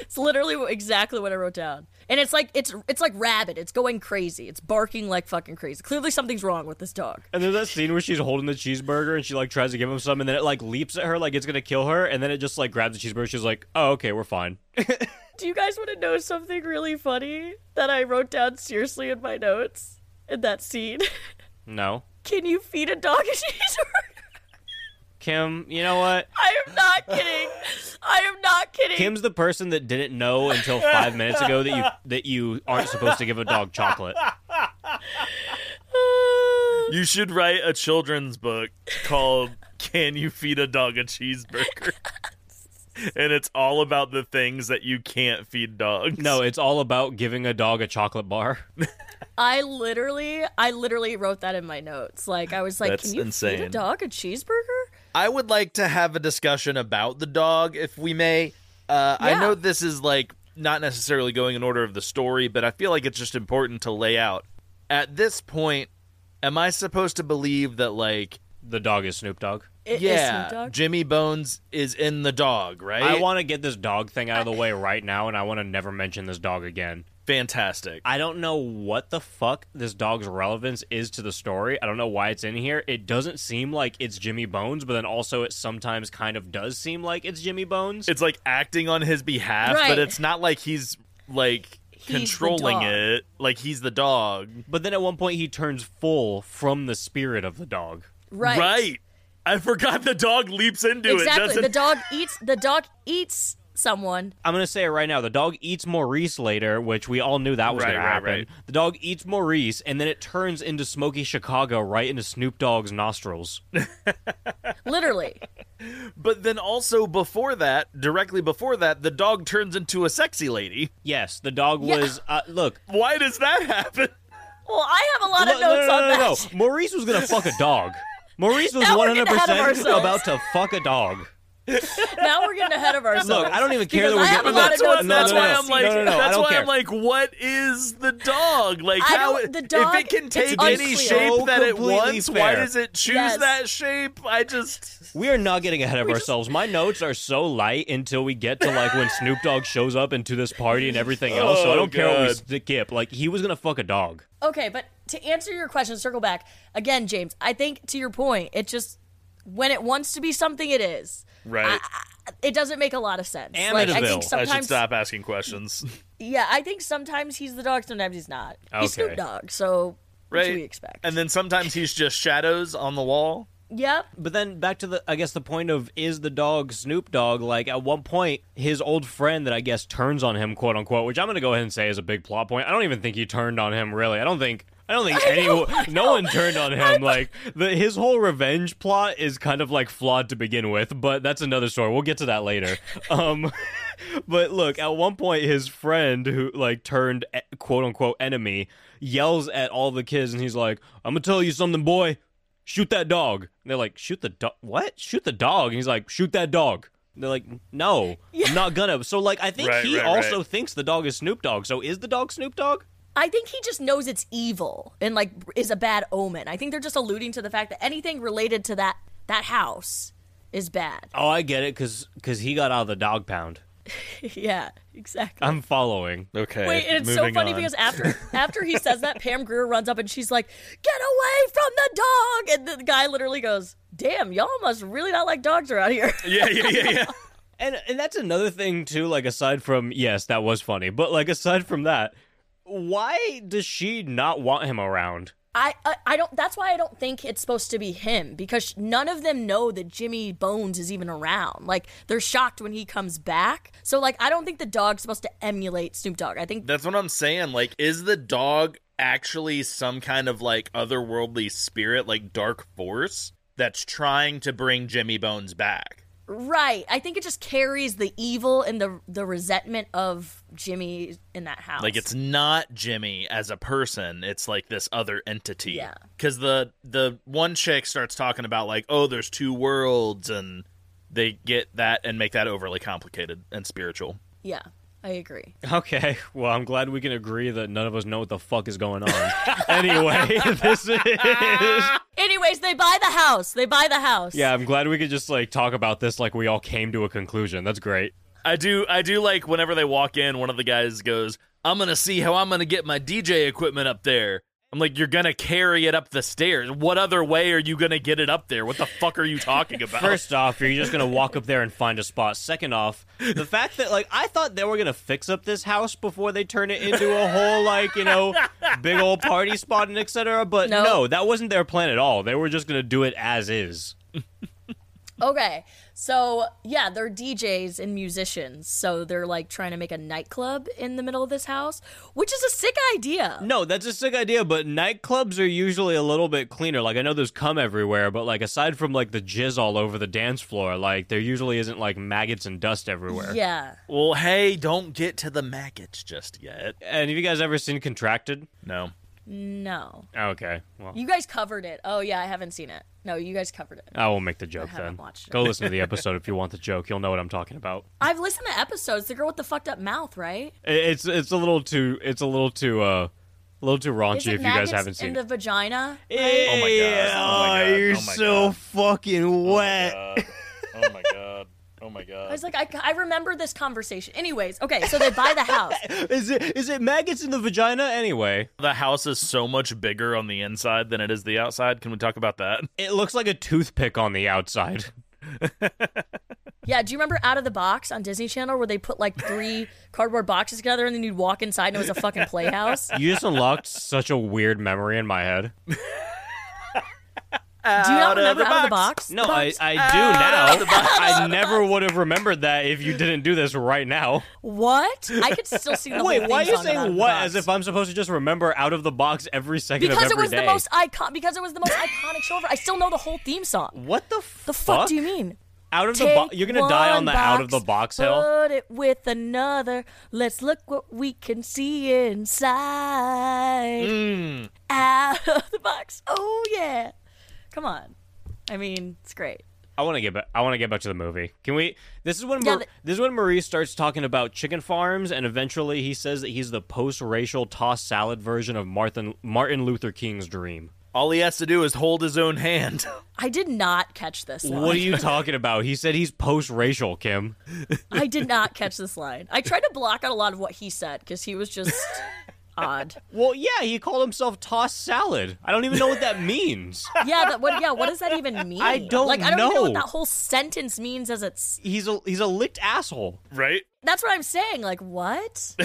It's literally wh- exactly what I wrote down. And it's like it's it's like rabid. It's going crazy. It's barking like fucking crazy. Clearly something's wrong with this dog.
and there's that scene where she's holding the cheeseburger and she like tries to give him some, and then it like leaps at her like it's gonna kill her, and then it just like grabs the cheeseburger. She's like, oh, okay, we're fine.
Do you guys want to know something really funny that I wrote down seriously in my notes in that scene?
No,
Can you feed a dog a cheeseburger?
Kim, you know what?
I am not kidding. I am not kidding.
Kim's the person that didn't know until five minutes ago that you that you aren't supposed to give a dog chocolate.
you should write a children's book called Can You Feed a Dog a Cheeseburger? and it's all about the things that you can't feed dogs.
No, it's all about giving a dog a chocolate bar.
I literally, I literally wrote that in my notes. Like I was like,
That's
can you feed a
insane.
dog a cheeseburger?
I would like to have a discussion about the dog, if we may. Uh, I
Yeah.
know this is like not necessarily going in order of the story, but I feel like it's just important to lay out. At this point, am I supposed to believe that like
The dog is Snoop Dogg.
It is Snoop
yeah,
Dogg.
Jimmy Bones is in the dog, right?
I want to get this dog thing out of the way right now, and I want to never mention this dog again.
fantastic.
I don't know what the fuck this dog's relevance is to the story. I don't know why it's in here. It doesn't seem like it's Jimmy Bones, but then also it sometimes kind of does seem like it's Jimmy Bones.
It's like acting on his behalf,
Right.
but it's not like he's like
the
controlling
dog.
it. Like he's the dog.
but then at one point he turns full from the spirit of the dog.
right,
I forgot the dog leaps into it,
exactly.
doesn't
The dog eats. The dog eats someone.
I'm gonna say it right now. The dog eats Maurice later, which we all knew that was
Right,
gonna
right,
happen.
right.
The dog eats Maurice, and then it turns into Smoky Chicago right into Snoop Dogg's nostrils.
Literally,
But then also before that, directly before that, the dog turns into a sexy lady.
yes, the dog
Yeah.
was. Uh, look,
Why does that happen?
Well, I have a lot
no,
of
no, no,
notes
no,
on
no,
that.
no. Maurice was gonna fuck a dog. Maurice was
Now we're
100
getting ahead of
percent
ourselves.
about to fuck a dog.
Now we're getting ahead of ourselves.
Look, I don't even care
Because
that we're
I have
getting-
a lot
That's,
of
why-
notes.
that's
on
why
that
I'm like,
No, no, no, I
that's
don't
why
care.
I'm like, what is the dog? Like,
I
how
don't-
it-
the dog-
if it can
it's
take any
unclear.
shape that it
So completely
wants, why
fair.
does it choose
Yes.
that shape? I just
We are not getting ahead of ourselves. My notes are so light until we get to like when Snoop Dogg shows up into this party and everything else. so I
Oh,
don't care what we
God.
skip. Like he was gonna fuck a dog.
Okay, but to answer your question, circle back again, James. I think to your point, it just when it wants to be something, it is.
right.
It doesn't make a lot of sense. I
Amityville. I should
think sometimes,
asking questions.
yeah, I think sometimes he's the dog, sometimes he's not. He's
Okay.
Snoop Dogg, so what
Right.
do we expect?
And then sometimes he's just shadows on the wall.
yep,
But then back to the, I guess the point of is the dog Snoop Dogg? Like at one point, his old friend that I guess turns on him, quote unquote, which I'm gonna go ahead and say is a big plot point. I don't even think he turned on him really. I don't think. I don't think any no one turned on him. Like the, his whole revenge plot is kind of like flawed to begin with, but that's another story. We'll get to that later. Um, but look, at one point, his friend who like turned e- quote unquote enemy yells at all the kids, and he's like, "I'm gonna tell you something, boy. Shoot that dog." And they're like, "Shoot the dog? What? Shoot the dog?" And he's like, "Shoot that dog." And they're like, "No, I'm not gonna." So like, I think
Right,
he
right,
also
right.
thinks the dog is Snoop Dogg. So is the dog Snoop Dogg?
I think he just knows it's evil and like is a bad omen. I think they're just alluding to the fact that anything related to that that house is bad.
Oh, I get it, cause 'cause he got out of the dog pound.
yeah, exactly.
I'm following.
Okay.
Wait, and it's so
moving
funny
on.
because after after he says that, Pam Greer runs up and she's like, "Get away from the dog!" And the guy literally goes, "Damn, y'all must really not like dogs around here."
yeah, yeah, yeah, yeah.
And and that's another thing too. Like aside from yes, that was funny, but like aside from that, why does she not want him around?
I, I I don't. That's why I don't think it's supposed to be him because none of them know that Jimmy Bones is even around. Like they're shocked when he comes back. So like I don't think the dog's supposed to emulate Snoop Dogg. I think
That's what I'm saying. Like, is the dog actually some kind of like otherworldly spirit, like dark force that's trying to bring Jimmy Bones back?
right. I think it just carries the evil and the the resentment of Jimmy in that house.
Like, it's not Jimmy as a person; it's like this other entity.
Yeah.
Because the the one chick starts talking about like, oh, there's two worlds, and they get that and make that overly complicated and spiritual.
yeah. I agree.
Okay, well I'm glad we can agree that none of us know what the fuck is going on. anyway, this is
Anyways, they buy the house. They buy the house.
yeah. I'm glad we could just like talk about this like we all came to a conclusion. That's great.
I do I do like whenever they walk in, one of the guys goes, I'm gonna see how I'm gonna get my DJ equipment up there. I'm like, you're gonna carry it up the stairs. What other way are you gonna get it up there? What the fuck are you talking about?
First off, you're just gonna walk up there and find a spot. Second off, the fact that like I thought they were gonna fix up this house before they turn it into a whole like you know big old party spot and etc. But
No.
no, that wasn't their plan at all. They were just gonna do it as is.
Okay. So, yeah, they're DJs and musicians. So they're like trying to make a nightclub in the middle of this house, which is a sick idea.
No, that's a sick idea, but nightclubs are usually a little bit cleaner. Like I know there's cum everywhere, but like aside from like the jizz all over the dance floor, like there usually isn't like maggots and dust everywhere.
Yeah.
well, hey, don't get to the maggots just yet.
And have you guys ever seen Contracted?
No.
No.
Okay. Well,
You guys covered it. Oh, yeah, I haven't seen it. No, you guys covered it.
I won't make the joke
haven't
then.
watched it.
Go listen to the episode if you want the joke. You'll know what I'm talking about.
I've listened to episodes. The girl with the fucked up mouth, right?
I- It's it's a little too it's a little too uh a little too raunchy
Is it
if you guys
maggots
haven't seen
in
it.
the vagina?
Oh my god. Oh my god.
you're
oh my
so
God.
fucking wet.
Oh my god. Oh my god.
I was like, I, I remember this conversation. Anyways, okay, so they buy the house.
Is it is it maggots in the vagina anyway?
the house is so much bigger on the inside than it is the outside. Can we talk about that?
It looks like a toothpick on the outside.
Yeah, do you remember Out of the Box on Disney Channel where they put like three cardboard boxes together and then you'd walk inside and it was a fucking playhouse?
You just unlocked such a weird memory in my head.
Do you not remember Out of the Box?
No, I, I do now. I never would have remembered that if you didn't do this right now.
What? I could still see the
Wait,
whole
why are
theme
you
song about
saying
the
what
box.
as if I'm supposed to just remember out of the box every second of
because it
every
was
day?
the most icon because it was the most iconic show ever. I still know the whole theme song.
What the,
The fuck, do you mean?
Out of the bo-
Take
you're gonna die
one
on the out of the box hill.
Put it with another. Let's look what we can see inside.
Mm.
Out of the box. Oh yeah. Come on. I mean, it's great.
I want to get back. I want to get back to the movie. Can we? This is when
Yeah,
Mar-
the-
this is when Marie starts talking about chicken farms, and eventually he says that he's the post-racial tossed salad version of Martin Martin Luther King's dream.
All he has to do is hold his own hand.
I did not catch this. Line.
What are you talking about? He said he's post-racial, Kim.
I did not catch this line. I tried to block out a lot of what he said because he was just odd.
Well, yeah, he called himself tossed salad. I don't even know what that means.
Yeah, that, what? Yeah, what does that even mean?
I don't
like. I don't even know what
know.
that whole sentence means. As it's
He's a he's a licked asshole.
Right?
that's what I'm saying. Like, what?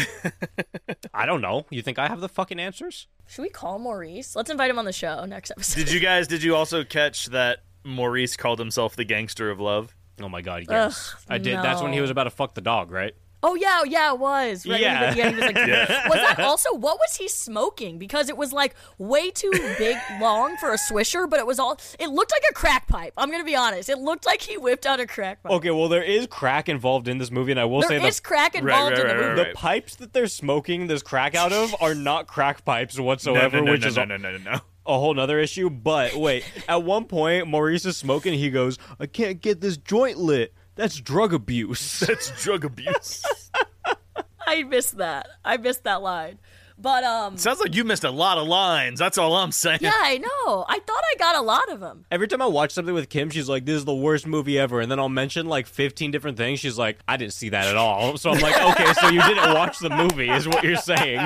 I don't know. You think I have the fucking answers?
Should we call Maurice? Let's invite him on the show next episode.
Did you guys? Did you also catch that Maurice called himself the gangster of love?
Oh my god, yes.
Ugh,
I did. That's when he
no.
was about to fuck the dog, right?
Oh yeah, yeah, it was. Right?
Yeah.
He, yeah, he was like, was that also what was he smoking? Because it was like way too big, long for a swisher, but it was all. It looked like a crack pipe. I'm gonna be honest. It looked like he whipped out a crack pipe.
Okay, well there is crack involved in this movie, and I will
There
say
is
the
crack involved
right,
in the
right,
movie.
right,
the pipes that they're smoking this crack out of are not crack pipes whatsoever, which is a-
no, no, no.
a whole nother issue. But wait, at one point Maurice is smoking, he goes, "I can't get this joint lit. That's drug abuse."
That's drug abuse.
I missed that. I missed that line. But um,
Sounds like you missed a lot of lines. That's all I'm saying.
yeah, I know. I thought I got a lot of them.
Every time I watch something with Kim, she's like, "This is the worst movie ever," and then I'll mention like 15 different things. She's like, "I didn't see that at all." So I'm like, "Okay, so you didn't watch the movie, is what you're saying?"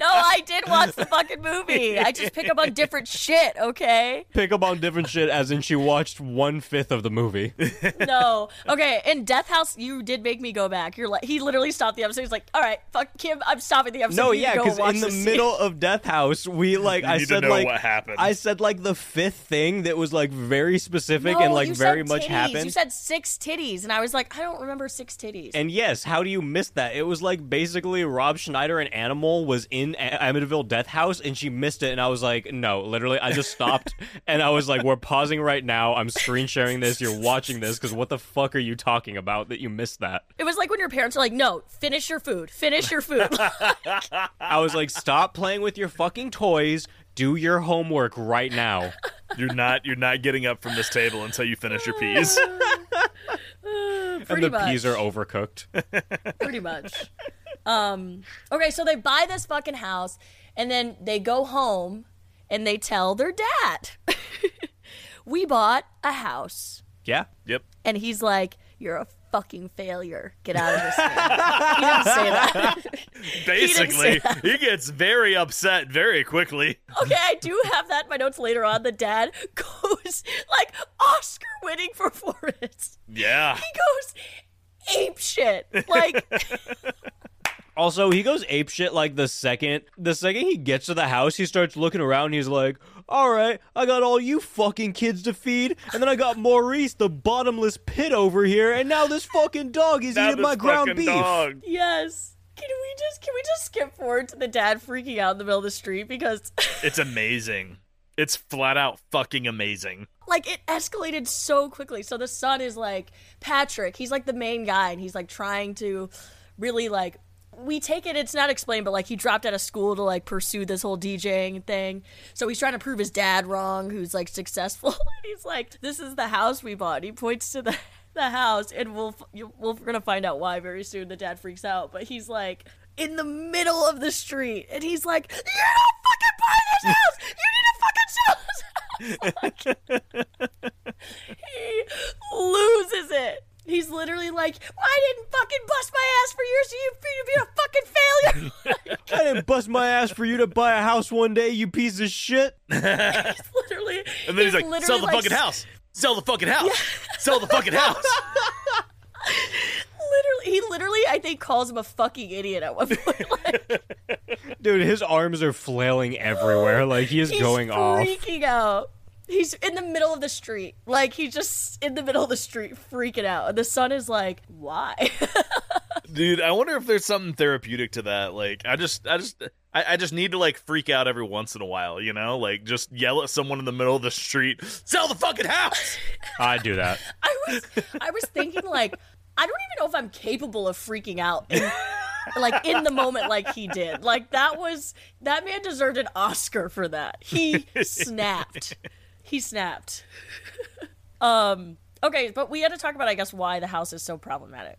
No, I did watch the fucking movie. I just pick up on different shit. Okay.
Pick up on different shit, as in she watched one fifth of the movie.
No. Okay. In Death House, you did make me go back. You're like, he literally stopped the episode. He's like, all right, fuck Kim, I'm stopping the episode.
No,
You
yeah,
go
because
watch
in the
this scene."
middle of Death House, we like I
need to
said
know
like
what happened.
I said like the fifth thing that was like very specific
No,
and like
you
very
said
much
titties.
happened.
You said six titties, and I was like, I don't remember six titties.
and yes, how do you miss that? It was like basically Rob Schneider and Animal was in a- Amityville Death House, and she missed it. And I was like, no, literally, I just stopped, and I was like, we're pausing right now. I'm screen sharing this. You're watching this because what the fuck are you talking about that you missed that?
it was like when your parents are like, no, finish your food, finish your food.
I was like, stop playing with your fucking toys. Do your homework right now.
You're not you're not getting up from this table until you finish your peas.
pretty
and the
much.
peas are overcooked.
pretty much. Um, okay, so they buy this fucking house, and then they go home and they tell their dad, "We bought a house,"
Yeah.
Yep.
and he's like, "You're a fucking failure. Get out of this." town." he didn't say that.
Basically, he, gets very upset very quickly.
Okay, I do have that in my notes later on. The dad goes like Oscar-winning performance.
Yeah.
He goes ape shit. Like
Also, he goes ape shit like the second the second he gets to the house, he starts looking around. he's like, "All right, I got all you fucking kids to feed, and then I got Maurice, the bottomless pit over here, and now this fucking dog is
Now
eating
this
my ground
fucking
beef."
dog.
Yes. Can we just can we just skip forward to the dad freaking out in the middle of the street because
It's amazing. It's flat out fucking amazing.
like it escalated so quickly. So the son is like Patrick, he's like the main guy and he's like trying to really like we take it it's not explained but like he dropped out of school to like pursue this whole DJing thing. So he's trying to prove his dad wrong who's like successful. and he's like this is the house we bought. He points to the the house and we'll f- you- we'll- we're going to find out why very soon. The dad freaks out, but he's like in the middle of the street and he's like you don't fucking buy this house. You need to fucking sell this house he loses it. He's literally like, I didn't fucking bust my ass for years, so you you've been a fucking failure.
I didn't bust my ass for you to buy a house one day, you piece of shit.
It's literally,
And then he's, like, "Sell the fucking house. Sell the fucking house. Sell the fucking house."
Literally, he literally, I think, calls him a fucking idiot at one point. Like,
Dude, his arms are flailing everywhere, like he is
he's
going off.
freaking out. He's in the middle of the street, like he's just in the middle of the street, freaking out. And the son is like, "Why?"
Dude, I wonder if there's something therapeutic to that. Like, I just, I just, I, I just need to like freak out every once in a while, you know? Like, just yell at someone in the middle of the street, sell the fucking house.
I do that.
I was I was thinking like I don't even know if I'm capable of freaking out in- like in the moment like he did. Like that was that man deserved an Oscar for that. He snapped. He snapped. um okay, but we had to talk about I guess why the house is so problematic.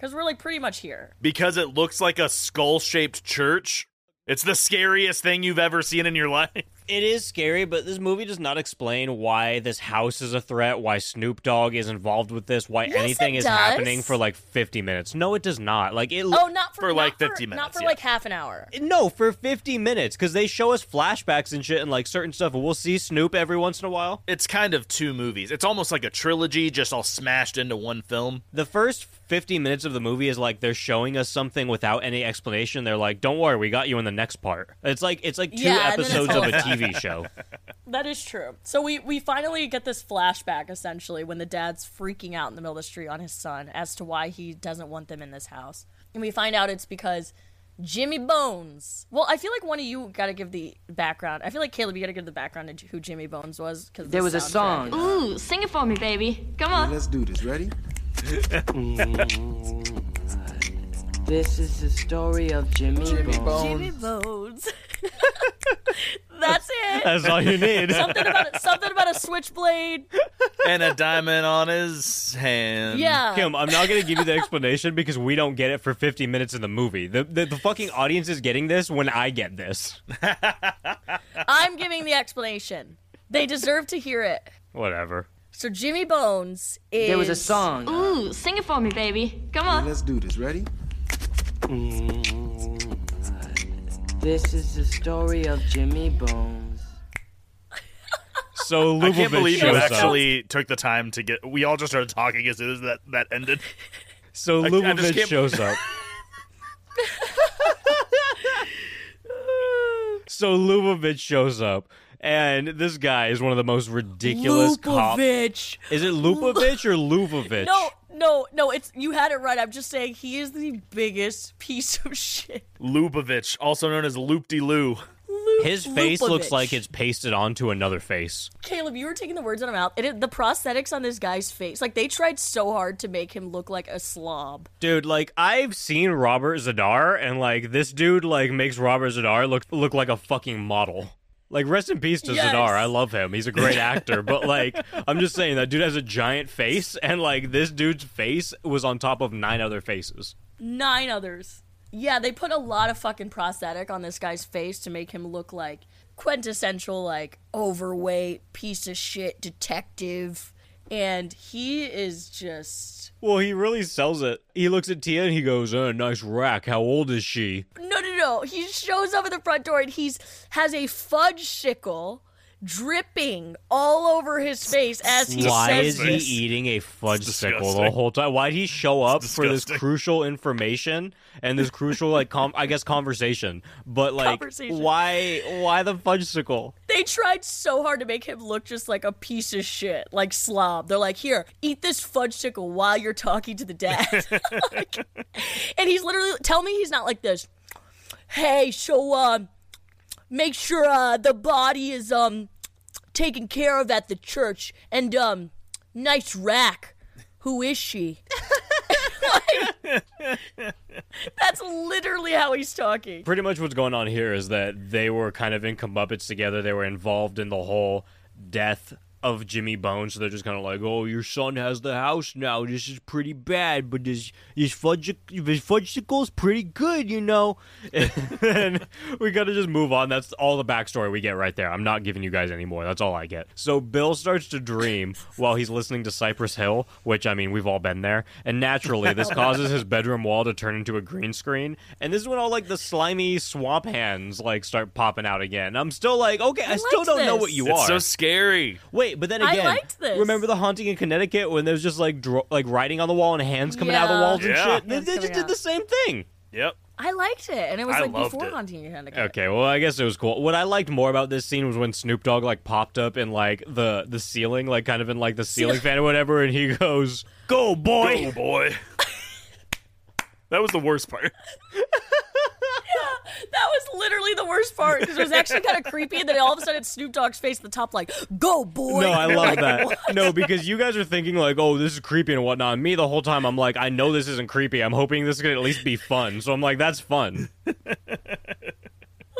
Cuz we're like pretty much here.
because it looks like a skull shaped church. It's the scariest thing you've ever seen in your life.
It is scary, but this movie does not explain why this house is a threat, why Snoop Dogg is involved with this, why anything
it
is
does.
happening for like 50 minutes. No, it does not. Like it
Oh, not for,
For, like,
not for-
50
Not
minutes,
for
yeah.
like half an hour.
no, for 50 minutes cuz they show us flashbacks and shit and like certain stuff. and We'll see Snoop every once in a while.
It's kind of two movies. It's almost like a trilogy, just all smashed into one film.
The first 50 minutes of the movie is like they're showing us something without any explanation. They're like, "Don't worry, we got you in the next part." It's like it's like two
Yeah, and then it's
episodes of a
over.
TV show.
That is true. So we we finally get this flashback essentially when the dad's freaking out in the middle of the street on his son as to why he doesn't want them in this house. And we find out it's because Jimmy Bones. Well, I feel like one of you got to give the background. I feel like Caleb, you got to give the background to who Jimmy Bones was because
There was a song.
Ooh, sing it for me, baby. Come on.
Let's do this. Ready?
This is the story of Jimmy, Bones.
Jimmy Bones. That's it.
That's all you need.
Something about, a, something about a switchblade.
and a diamond on his hand.
yeah.
Kim, I'm not going to give you the explanation because we don't get it for 50 minutes in the movie. The, the the fucking audience is getting this when I get this.
I'm giving the explanation. They deserve to hear it.
Whatever.
So Jimmy Bones is
There was a song.
Ooh, sing it for me, baby. Come on.
Let's do this. Ready?
This is the story of Jimmy Bones.
So
I
Lubavitch
can't believe you
shows up.
actually took the time to get. We all just started talking as soon as that, that ended.
So
I- I just
Lubavitch
can't-
shows up. so Lubavitch shows up, and this guy is one of the most ridiculous cops.
Lubavitch.
Is it Lubavitch or Lubavitch?
No, no, no. It's you had it right. I'm just saying he is the biggest piece of shit.
Lubavitch, also known as Loop De Loo.
His face looks
Lubavitch.
like it's pasted onto another face.
Caleb, you were taking the words out of my mouth. And it, the prosthetics on this guy's face, like they tried so hard to make him look like a slob.
Dude, like I've seen Robert Zadar and like this dude like makes Robert Zadar look look like a fucking model. Like rest in peace to
Yes.
Zadar. I love him. He's a great actor, but like I'm just saying that dude has a giant face and like this dude's face was on top of nine other faces.
Nine others. Yeah, they put a lot of fucking prosthetic on this guy's face to make him look like quintessential, like overweight piece of shit detective. And he is just
Well, he really sells it. He looks at Tia and he goes, "Uh, nice rack. How old is she?"
No, no, no. He shows up at the front door and he's has a fudge sickle dripping all over his face as he
Why
says
is he
this.
eating a fudge
It's
sickle the
disgusting.
whole time? Why would he show up
It's
for this
disgusting.
crucial information and this crucial, like, com- I guess, conversation? But like,
Conversation.
why, why the fudge sickle?
They tried so hard to make him look just like a piece of shit, like slob. They're like, "Here, eat this fudge sickle while you're talking to the dad." Like- and he's literally tell me he's not like this. Hey, so um, make sure uh the body is um taken care of at the church, and um, nice rack. Who is she? Like, that's literally how he's talking.
Pretty much what's going on here is that they were kind of in comeuppance together. They were involved in the whole death of Jimmy Bones. So they're just kind of like, "Oh, your son has the house now. This is pretty bad, but this this fudge this fudgesicle's pretty good, you know." and we gotta just move on. Uh, That's all the backstory we get right there. I'm not giving you guys any more. That's all I get. So Bill starts to dream while he's listening to Cypress Hill, which I mean we've all been there. And naturally, this causes his bedroom wall to turn into a green screen. And this is when all like the slimy swamp hands like start popping out again. I'm still like, okay, I, still
liked
don't know
this.
what you
It's
are.
so scary.
Wait, but then
I
again,
liked this.
remember the haunting in Connecticut when there's just like dro- like writing on the wall and hands coming out of the
Yeah.
walls and
Yeah.
shit? They,
Hands
they just
coming
did
out.
the same thing.
Yep.
I liked it, and it was
I
like
loved
before
it.
Haunting in Connecticut.
Okay, well, I guess it was cool. What I liked more about this scene was when Snoop Dogg like popped up in like the the ceiling, like kind of in like the ceiling fan or whatever, and he goes, "Go, boy!"
Oh boy. that was the worst part.
That was literally the worst part because it was actually kind of creepy. And then all of a sudden, it's Snoop Dogg's face at the top, like, go, boy.
No, I love that. No, because you guys are thinking like, "Oh, this is creepy" and whatnot. And me, the whole time, I'm like, "I know this isn't creepy. I'm hoping this is gonna at least be fun." So I'm like, "That's fun."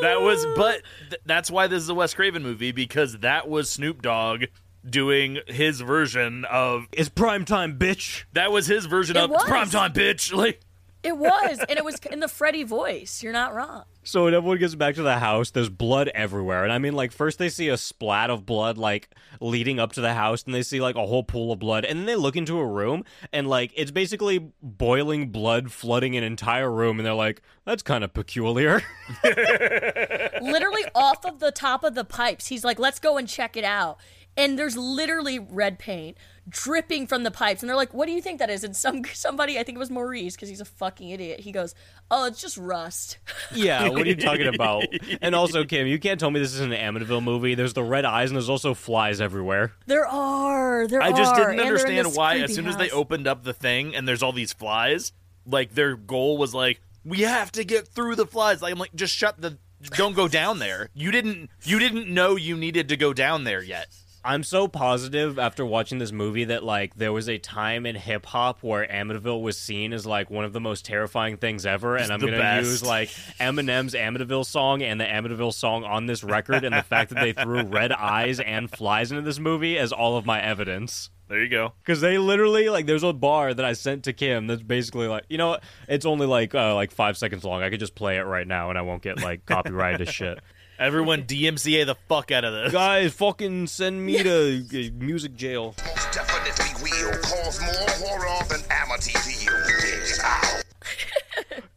That was, but th- that's why this is a Wes Craven movie because that was Snoop Dogg doing his version of
It's prime time, bitch.
that was his version
It
of
was.
prime time, bitch. Like
It was, and it was in the Freddy voice. You're not wrong.
So when everyone gets back to the house, there's blood everywhere. And I mean, like, first they see a splat of blood, like, leading up to the house, and they see, like, a whole pool of blood. And then they look into a room, and, like, it's basically boiling blood flooding an entire room. And they're like, that's kind of peculiar.
Literally off of the top of the pipes, he's like, let's go and check it out. And there's literally red paint dripping from the pipes, and they're like, "What do you think that is?" And some somebody, I think it was Maurice, because he's a fucking idiot. He goes, "Oh, it's just rust."
yeah, what are you talking about? And also, Kim, you can't tell me this is an Amityville movie. There's the red eyes, and there's also flies everywhere.
There are, there
I just
are,
didn't
and they're in
understand
this
why
creepy
as soon as they
house.
opened up the thing and there's all these flies, like their goal was like we have to get through the flies. Like I'm like just shut the don't go down there. You didn't you didn't know you needed to go down there yet.
I'm so positive after watching this movie that like there was a time in hip hop where Amityville was seen as like one of the most terrifying things ever, and I'm
the
gonna
best.
use like Eminem's Amityville song and the Amityville song on this record, and the fact that they threw red eyes and flies into this movie as all of my evidence.
There you go.
Because they literally like, there's a bar that I sent to Kim that's basically like, you know, what? it's only like uh, like five seconds long. I could just play it right now and I won't get like copyrighted to shit.
Everyone DMCA the fuck out of this.
Guys, fucking send me to uh, music jail.
Most definitely will cause more horror than Amityville did. Ow.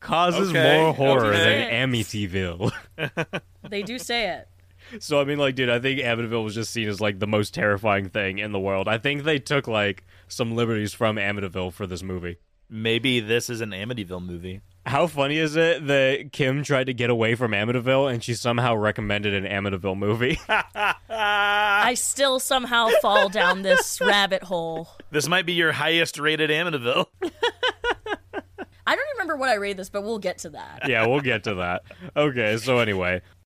Causes
Okay,
more horror
okay.
than Amityville.
They do say it.
so I mean, like, dude, I think Amityville was just seen as like the most terrifying thing in the world. I think they took like some liberties from Amityville for this movie.
Maybe this is an Amityville movie.
How funny is it that Kim tried to get away from Amityville and she somehow recommended an Amityville movie?
Ah.
I still somehow fall down this rabbit hole.
This might be your highest rated Amityville.
I don't remember what I read this, but we'll get to that.
yeah, we'll get to that. Okay, so anyway,